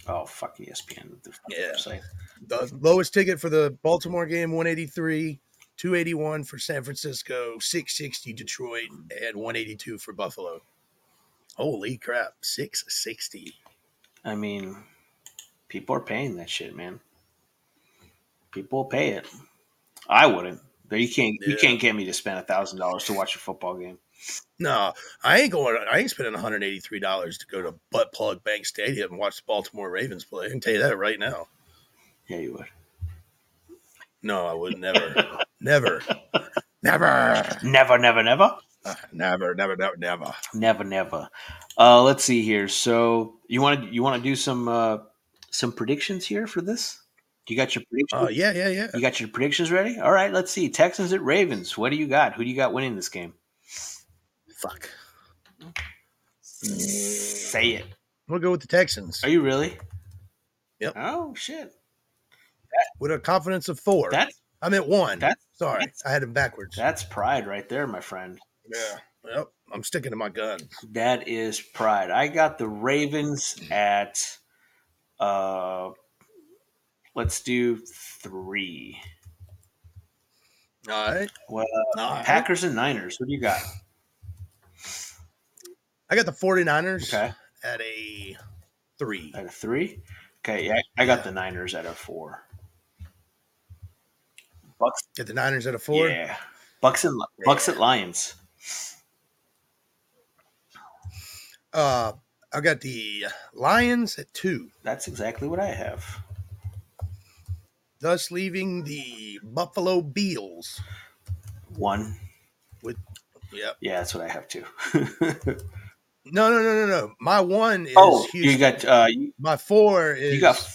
S3: oh fuck ESPN. the fucking
S2: Yeah.
S3: website.
S2: the lowest ticket for the Baltimore game 183, 281 for San Francisco, 660 Detroit, and 182 for Buffalo. Holy crap, 660.
S3: I mean, people are paying that shit, man. People pay it. I wouldn't. But you can't. You
S2: Yeah.
S3: can't get me to spend a thousand dollars to watch a football game.
S2: No, I ain't going I ain't spending $183 to go to butt plug Bank Stadium and watch the Baltimore Ravens play. I can tell you that right now.
S3: Yeah, you would.
S2: No, I would never. never. Never.
S3: Never, never, never,
S2: Never, never, never, never.
S3: never, never. Uh, let's see here. So you want to you want to do some uh, some predictions here for this? You got your predictions?
S2: Uh, yeah, yeah, yeah.
S3: you got your predictions ready? All right, let's see. Texans at Ravens. What do you got? Who do you got winning this game?
S2: Fuck.
S3: Say it.
S2: We'll go with the Texans
S3: Are you really?
S2: Yep.
S3: Oh shit.
S2: with a confidence of four.
S3: That's
S2: I'm at one.
S3: that's
S2: Sorry,
S3: that's-
S2: I had him backwards.
S3: that's pride right there, my friend.
S2: yeah. Well, I'm sticking to my gun.
S3: That is pride. I got the Ravens
S2: Hmm.
S3: at uh let's do three.
S2: All right.
S3: Well, uh,
S2: All right.
S3: Packers and Niners. What do you got?
S2: I got the 49ers
S3: Okay.
S2: at a three.
S3: At a three? Okay, yeah, I got the Niners at a four. Bucks
S2: Get the Niners at a four.
S3: Yeah. Bucks and Bucks at Lions.
S2: Uh, I got the Lions at two,
S3: That's exactly what I have.
S2: thus leaving the Buffalo Bills.
S3: One.
S2: Yep.
S3: Yeah, that's what I have too.
S2: No, no, no, no, no. My one is
S3: oh,
S2: Houston.
S3: you got uh you,
S2: my four is
S3: you got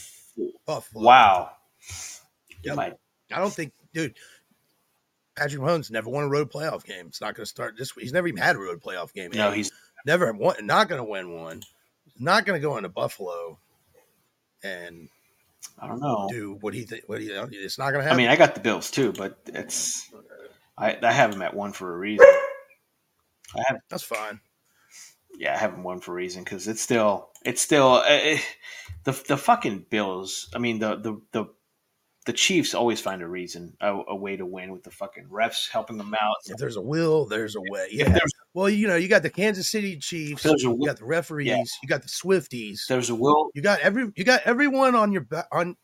S2: Buffalo.
S3: wow. You
S2: Yep.
S3: might-
S2: I don't think, dude. Patrick Mahomes never won a road playoff game. It's not going to start this week. He's never even had a road playoff game.
S3: no, he's
S2: never won, not going to win one. Not going to go into Buffalo and
S3: I don't know.
S2: do what he think. What he, it's not going to
S3: I
S2: happen.
S3: mean, I got the Bills too, but it's I, I have them at one for a reason. I have
S2: That's fine.
S3: yeah, I have them one for a reason because it's still it's still eh, eh, the the fucking Bills. I mean the the the the Chiefs always find a reason a, a way to win with the fucking refs helping them out.
S2: If there's a will, there's a way.
S3: If
S2: Yeah.
S3: there's,
S2: Well, you know, you got the Kansas City
S3: if
S2: Chiefs.
S3: there's a
S2: You
S3: will,
S2: got the referees.
S3: Yeah.
S2: You got the Swifties.
S3: if there's a will,
S2: You got every. You got everyone on your ba- on,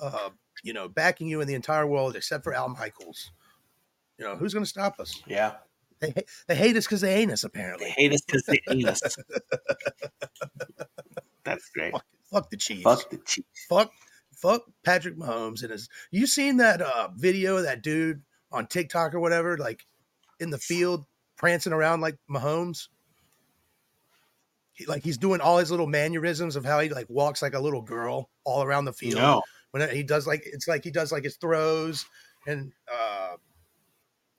S2: uh, you know, backing you in the entire world except for Al Michaels. You know who's going to stop us?
S3: yeah,
S2: They ha- they hate us because they hate us.
S3: they
S2: Apparently,
S3: hate us because they hate us. That's great.
S2: fuck, fuck the Chiefs.
S3: Fuck the Chiefs.
S2: fuck fuck Patrick Mahomes and his you seen that uh video of that dude on TikTok or whatever, like in the field prancing around like Mahomes? He, like he's doing all his little mannerisms of how he like walks like a little girl all around the field.
S3: No,
S2: When he does like it's like he does like his throws and uh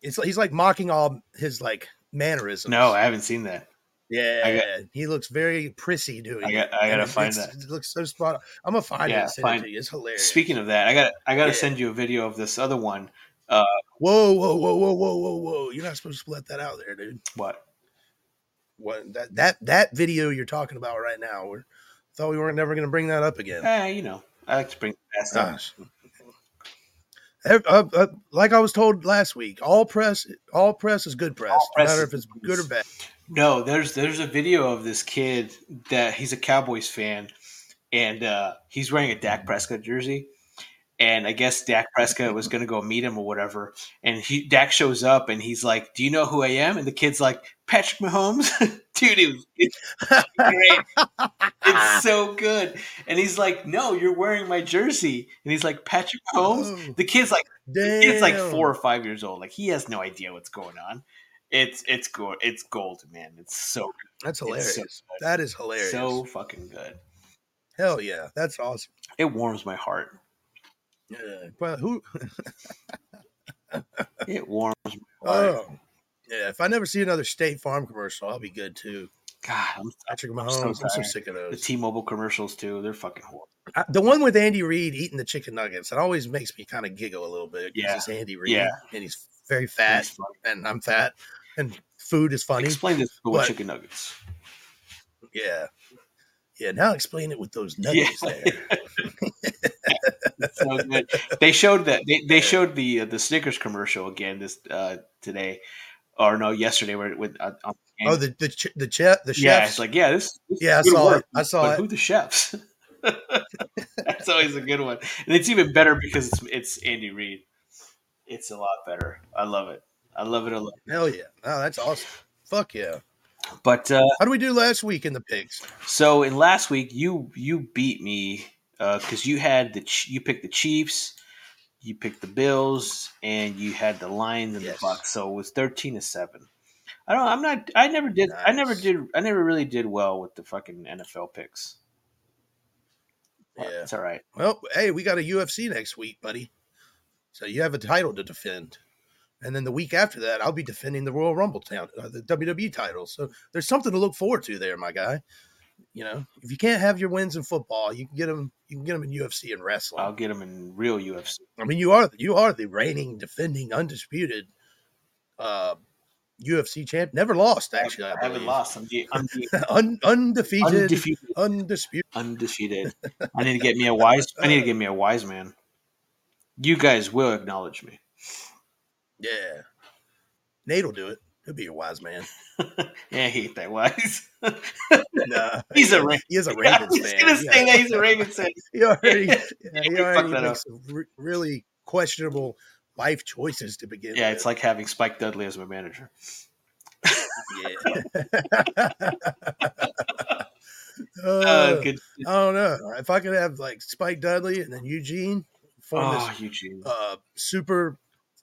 S2: it's he's like mocking all his like mannerisms.
S3: no, I haven't seen that. I
S2: yeah, he looks very prissy doing
S3: I
S2: it.
S3: got I
S2: And
S3: gotta
S2: it-
S3: find
S2: it's-
S3: that.
S2: It looks so spot on. I'm gonna find it.
S3: Yeah,
S2: And send it
S3: find-
S2: to you. It's hilarious.
S3: Speaking of that, I got I got to
S2: Yeah.
S3: send you a video of this other one.
S2: Whoa, whoa, whoa, whoa, whoa, whoa, whoa! You're not supposed to let that out there, dude.
S3: What?
S2: What that that that video you're talking about right now? We thought we weren't never going to bring that up again.
S3: Eh, you know, I like to bring the past up.
S2: Gosh. Ev- uh, uh, like I was told last week, all press, all press is good press,
S3: All press
S2: no matter
S3: is
S2: if it's
S3: good
S2: good or bad.
S3: No, there's there's a video of this kid that he's a Cowboys fan, and uh, he's wearing a Dak Prescott jersey, and I guess Dak Prescott was gonna go meet him or whatever, and he Dak shows up and he's like, "Do you know who I am?" And the kid's like, "Patrick Mahomes, dude, it was, it's great,
S2: Ah,
S3: it's so good." And he's like, "No, you're wearing my jersey," and he's like, "Patrick Mahomes."
S2: Oh,
S3: The kid's like.
S2: damn.
S3: It's like four or five years old. Like he has no idea what's going on. It's it's go it's gold, man. It's so
S2: That's
S3: it's
S2: hilarious.
S3: so
S2: that is hilarious.
S3: so fucking good.
S2: Hell yeah, that's awesome.
S3: It warms my heart.
S2: Yeah. Well, who?
S3: It warms my heart.
S2: Oh, yeah. If I never see another State Farm commercial, I'll be good too.
S3: God, I'm,
S2: Patrick Mahomes, I'm so
S3: tired.
S2: sick of
S3: the
S2: those.
S3: T-Mobile commercials too. They're fucking horrible.
S2: I, the one with Andy Reid eating the chicken nuggets, it always makes me kind of giggle a little bit because
S3: Yeah.
S2: it's Andy Reid
S3: Yeah.
S2: and he's very fat
S3: It's funny.
S2: and I'm fat and food is funny.
S3: Explain this with
S2: But-
S3: chicken nuggets.
S2: yeah. Yeah. Now explain it with those nuggets there.
S3: so good. They showed that they, they showed the uh, the Snickers commercial again this uh, today or no yesterday where with uh, on-
S2: Oh, the the ch- the, chef the chefs.
S3: yeah it's like yeah this, this
S2: yeah, I
S3: good
S2: saw
S3: work.
S2: it. I saw
S3: but
S2: it.
S3: who the chefs? That's always a good one, and it's even better because it's it's Andy Reid. It's a lot better. I love it. I love it a lot.
S2: Hell yeah. Oh, that's awesome. Fuck yeah.
S3: But uh,
S2: How do we do last week in the pigs?
S3: so in last week, you you beat me because you had the Ch- you picked the Chiefs, you picked the Bills, and you had the Lions and
S2: Yes.
S3: the Bucks. So it was thirteen to seven. I don't. I'm not. I never did. I never did. I never really did well with the fucking NFL picks. But
S2: Yeah.
S3: It's all right.
S2: Well, hey, we got a UFC next week, buddy. So you have a title to defend. And then the week after that, I'll be defending the Royal Rumble town, uh, the WWE title. So there's something to look forward to there, my guy. You know, if you can't have your wins in football, you can get them. You can get them in UFC and wrestling.
S3: I'll get them in real UFC.
S2: I mean, you are you are the reigning, defending, undisputed uh, UFC champ. Never lost, actually. I,
S3: I haven't
S2: believe.
S3: lost. I'm the, I'm the
S2: Un, undefeated,
S3: undefeated.
S2: undisputed.
S3: Undefeated. I need to get me a wise. I need to get me a wise man. You guys will acknowledge me.
S2: Yeah, Nate'll do it. He'll be a wise man.
S3: Yeah, I hate that wise.
S2: Nah,
S3: he's a Ravens.
S2: he is a
S3: I
S2: Ravens
S3: was
S2: fan.
S3: gonna say
S2: yeah.
S3: that he's a Ravens fan.
S2: He already, yeah,
S3: we
S2: he
S3: fucked
S2: already
S3: that
S2: makes some re- really questionable life choices to begin.
S3: Yeah,
S2: with.
S3: it's like having Spike Dudley as my manager.
S2: yeah.
S3: Uh,
S2: Uh,
S3: Oh, good.
S2: I don't know. If I could have like Spike Dudley and then Eugene form
S3: Oh, Eugene,
S2: this uh, super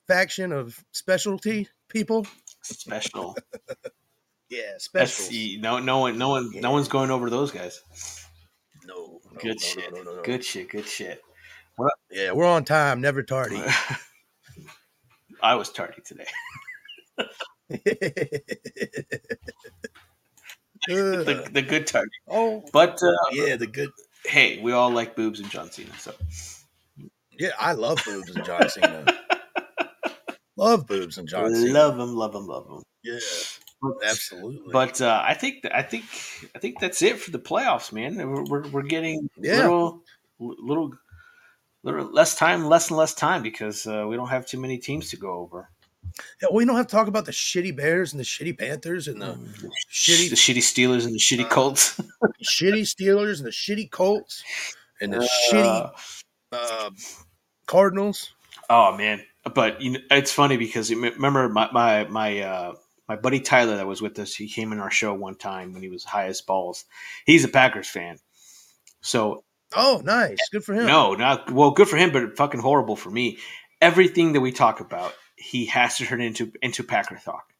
S2: faction of specialty people.
S3: special.
S2: Yeah,
S3: That's,
S2: special.
S3: no, no one, no one,
S2: Yeah.
S3: no one's going over those guys.
S2: No, no,
S3: Good
S2: no,
S3: shit.
S2: No, no, no, no.
S3: Good shit. Good shit.
S2: Yeah, we're on time, never tardy.
S3: I was tardy today. The,
S2: Uh,
S3: the good tardy,
S2: oh,
S3: but uh,
S2: yeah, the good.
S3: hey, we all like boobs and John Cena. So
S2: Yeah, I love boobs and John Cena. love boobs and John Cena.
S3: love him, love him, love him.
S2: yeah,
S3: But,
S2: absolutely.
S3: but uh, I think I think I think that's it for the playoffs, man. We're we're, we're getting
S2: Yeah.
S3: little little little less time, less and less time because uh, we don't have too many teams to go over.
S2: yeah, we don't have to talk about the shitty Bears and the shitty Panthers and
S3: Mm.
S2: the shitty
S3: the shitty Steelers and the shitty
S2: Uh,
S3: Colts.
S2: shitty Steelers and the shitty Colts and the shitty
S3: Uh,
S2: uh, Cardinals.
S3: Oh man, but you know, it's funny because you m- remember my my my uh, my buddy Tyler that was with us. He came in our show one time when he was high as balls. He's a Packers fan, so
S2: Oh, nice. Good for him.
S3: no, not well. Good for him, but fucking horrible for me. Everything that we talk about, he has to turn into into Packer talk.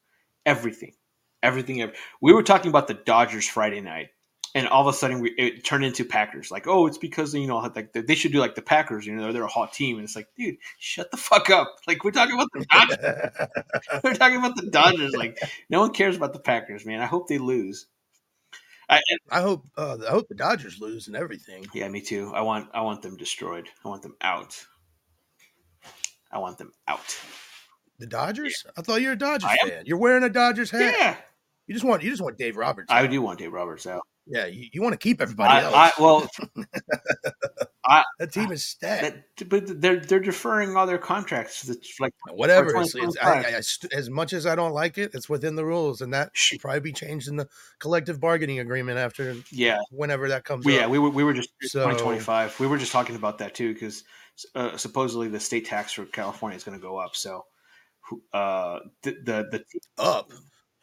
S3: Everything, everything. ev- We were talking about the Dodgers Friday night, and all of a sudden we, it turned into Packers. Like, oh, it's because you know, like they should do like the Packers. You know, they're a hot team, and it's like, dude, shut the fuck up. Like we're talking about the Dodgers. we're talking about the Dodgers. Like no one cares about the Packers, man. I hope they lose. I,
S2: I hope uh, I hope the Dodgers lose and everything.
S3: yeah, me too. I want I want them destroyed. I want them out. I want them out.
S2: The Dodgers? I thought you were a Dodgers
S3: I am.
S2: fan. You're wearing a Dodgers hat.
S3: Yeah,
S2: You just want you just want Dave Roberts.
S3: I do want Dave Roberts out.
S2: yeah, you, you want to keep everybody
S3: I,
S2: else.
S3: I, well,
S2: that team is stacked.
S3: that, but they're they're deferring all their contracts. To the, like
S2: Whatever.
S3: for
S2: It's, it's,
S3: 2025.
S2: I, I- I st- as much as I don't like it, it's within the rules, and that should probably be changed in the collective bargaining agreement after
S3: yeah,
S2: whenever that comes.
S3: we, yeah.
S2: up.
S3: We were we were just
S2: So-
S3: twenty twenty five. We were just talking about that too because uh, supposedly the state tax for California is going to go up. So who- uh, the the, the
S2: up.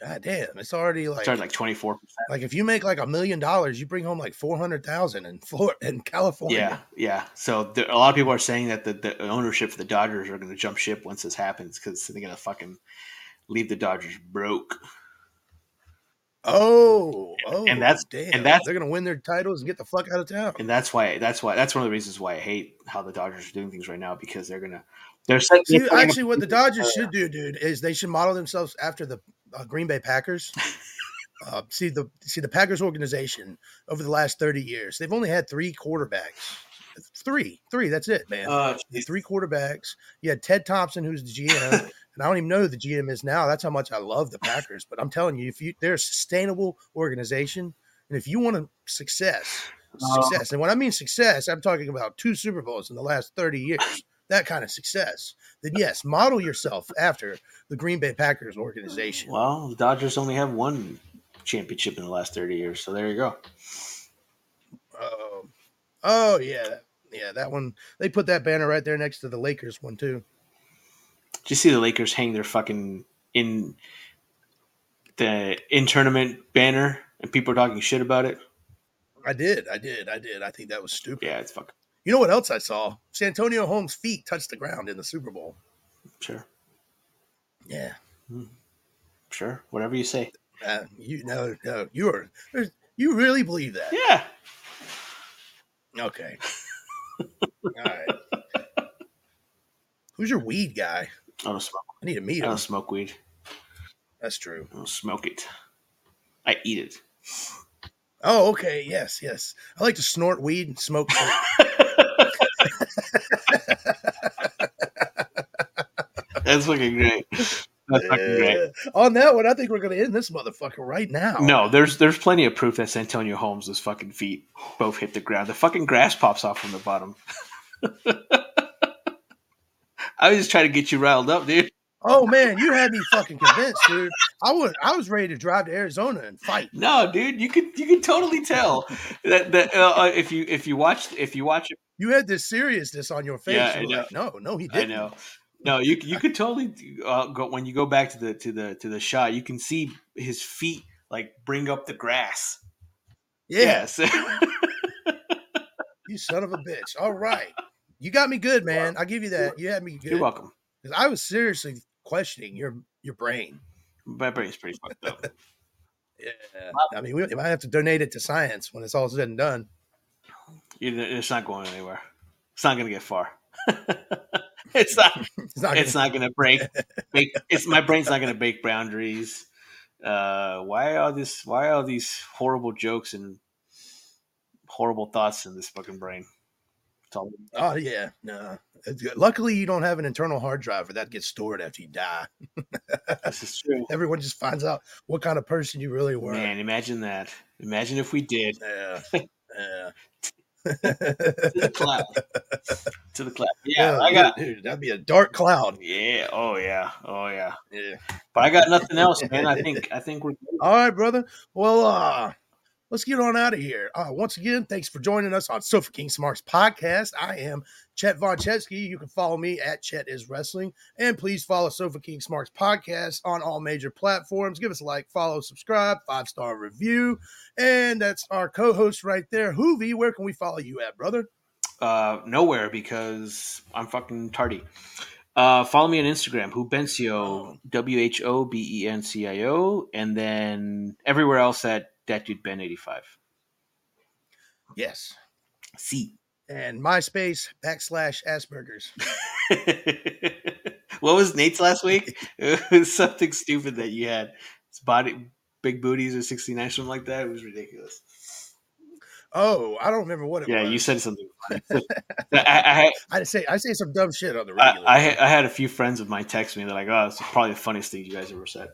S2: God damn, it's already like
S3: started like twenty four percent.
S2: Like if you make like a million dollars, you bring home like four hundred thousand in Flor in California.
S3: Yeah, yeah. So there, a lot of people are saying that the, the ownership for the Dodgers are going to jump ship once this happens because they're going to fucking leave the Dodgers broke.
S2: Oh, oh,
S3: And that's-
S2: damn.
S3: and that's-
S2: they're gonna win their titles and get the fuck out of town.
S3: and that's why that's why that's one of the reasons why I hate how the Dodgers are doing things right now because they're gonna they're setting
S2: See, actually, what the Dodgers should do, dude, is they should model themselves after the uh, Green Bay Packers. Uh, see the see the Packers organization over the last thirty years, they've only had three quarterbacks. Three, three. That's it, man.
S3: Uh,
S2: the three quarterbacks. You had Ted Thompson, who's the GM, and I don't even know who the GM is now. That's how much I love the Packers. But I'm telling you, if you they're a sustainable organization, and if you want to success,
S3: Uh,
S2: success, and when I mean success, I'm talking about two Super Bowls in the last 30 years. That kind of success, then yes, model yourself after the Green Bay Packers organization.
S3: well, the Dodgers only have one championship in the last thirty years, so there you go.
S2: Um, oh yeah, yeah, that one. They put that banner right there next to the Lakers one too.
S3: Did you see the Lakers hang their fucking in the in tournament banner and people are talking shit about it?
S2: I did, I did, I did. I think that was stupid.
S3: Yeah, it's fucking
S2: You know what else I saw? Santonio Holmes' feet touched the ground in the Super Bowl.
S3: sure.
S2: Yeah.
S3: Hmm. Sure, whatever you say.
S2: Uh, you no no you are there's- you really believe that?
S3: Yeah,
S2: Okay. All right. Who's your weed guy?
S3: I don't smoke.
S2: I need to meet
S3: I
S2: him.
S3: don't smoke weed.
S2: That's true.
S3: I don't smoke it. I eat it.
S2: Oh, okay. Yes, yes. I like to snort weed and smoke. weed.
S3: That's fucking great. That's fucking great.
S2: Uh, on that one, I think we're going to end this motherfucker right now.
S3: No, there's there's plenty of proof that Santonio Holmes' fucking feet both hit the ground. The fucking grass pops off from the bottom. I was just trying to get you riled up, dude.
S2: Oh man, you had me fucking convinced, dude. I was I was ready to drive to Arizona and fight.
S3: No, dude, you could you could totally tell that, that uh, if you if you watch if you watch it,
S2: You had this seriousness on your face.
S3: Yeah, I
S2: You were like, no, no, he
S3: I
S2: didn't.
S3: know. No, you you could totally uh, go when you go back to the to the to the shot. You can see his feet like bring up the grass.
S2: Yeah,
S3: Yes.
S2: you son of a bitch. All right, you got me good, man. I give you that. You had me good.
S3: You're welcome.
S2: 'Cause I was seriously questioning your your brain.
S3: My brain's pretty fucked up.
S2: Yeah, I mean, we might have to donate it to science when it's all said and done.
S3: You- It's not going anywhere. It's not going to get far. it's not.
S2: It's not.
S3: It's not going to break. break- It's my brain's not going to break boundaries. Uh, why are this? Why are these horrible jokes and horrible thoughts in this fucking brain? It's all,
S2: oh yeah, no. It's good. Luckily, you don't have an internal hard drive where that gets stored after you die.
S3: this is true.
S2: Everyone just finds out what kind of person you really were.
S3: Man, imagine that. Imagine if we did
S2: Yeah. Yeah.
S3: to the cloud. to the cloud. Yeah,
S2: yeah,
S3: I got.
S2: dude, that'd be a dark cloud.
S3: Yeah. Oh yeah. Oh yeah.
S2: Yeah.
S3: But I got nothing else, man. I think. I think we're. Good.
S2: All right, brother. Well, uh, let's get on out of here. Uh, once again, thanks for joining us on Sofa King Smarts podcast. I am Chet Von Chesky. You can follow me at Chet is Wrestling, and please follow Sofa King Smarts podcast on all major platforms. Give us a like, follow, subscribe, five star review, and that's our co-host right there, Hoovy. Where can we follow you at, brother?
S3: uh, nowhere because I'm fucking tardy. Uh, follow me on Instagram, Hubencio, W H O B E N C I O, and then everywhere else at that dude Ben85.
S2: Yes.
S3: C.
S2: And MySpace backslash Aspergers.
S3: what was Nate's last week? It was something stupid that you had. It's body, big booties or 69, something like that. It was ridiculous.
S2: Oh, I don't remember what it
S3: Yeah,
S2: was.
S3: you said something. funny. I, I, I-
S2: I say I say some dumb shit on the
S3: I,
S2: regular.
S3: I, I had a few friends of mine text me. They're like, oh, it's probably the funniest thing you guys ever said.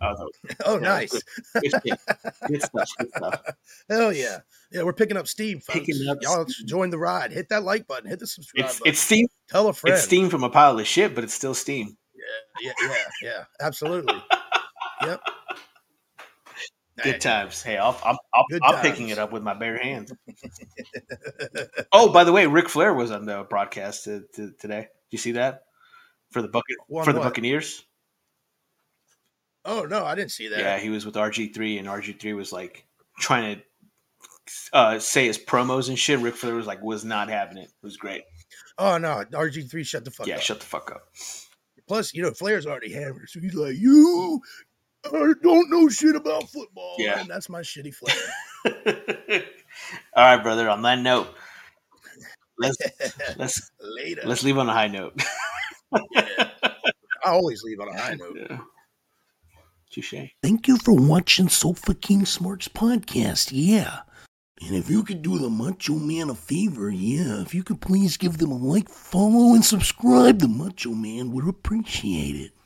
S3: I was like,
S2: oh,
S3: yeah,
S2: nice.
S3: good shit. Good stuff. Good stuff.
S2: Hell yeah. Yeah, we're picking up steam, folks.
S3: Picking up
S2: Y'all join the ride. Hit that like button. Hit the subscribe
S3: It's
S2: button.
S3: it's steam.
S2: Tell a friend.
S3: It's steam from a pile of shit, but it's still steam.
S2: Yeah, yeah, yeah, yeah. Absolutely. yep.
S3: Good times. Hey, I'll, I'm, I'll,
S2: Good
S3: I'm
S2: times.
S3: picking it up with my bare hands. oh, by the way, Ric Flair was on the broadcast to, to, today. Did you see that for the bucket
S2: One
S3: for the
S2: what?
S3: Buccaneers?
S2: Oh no, I didn't see that.
S3: Yeah, he was with RG three, and RG three was like trying to. Uh, say his promos and shit. Ric Flair was like, was not having it. It was great.
S2: Oh no, RG3 shut the fuck
S3: yeah,
S2: up.
S3: shut the fuck up.
S2: Plus, you know, Flair's already hammered, so he's like, "You uh, don't know shit about football."
S3: Yeah.
S2: and that's my shitty Flair.
S3: All right, brother. On that note, let's let's
S2: Later.
S3: let's leave on a high note.
S2: I always leave on a high note.
S3: Touche.
S1: Thank you for watching Sofa King Smarts podcast. Yeah. And if you could do the Macho Man a favor, yeah, if you could please give them a like, follow, and subscribe, the Macho Man would appreciate it.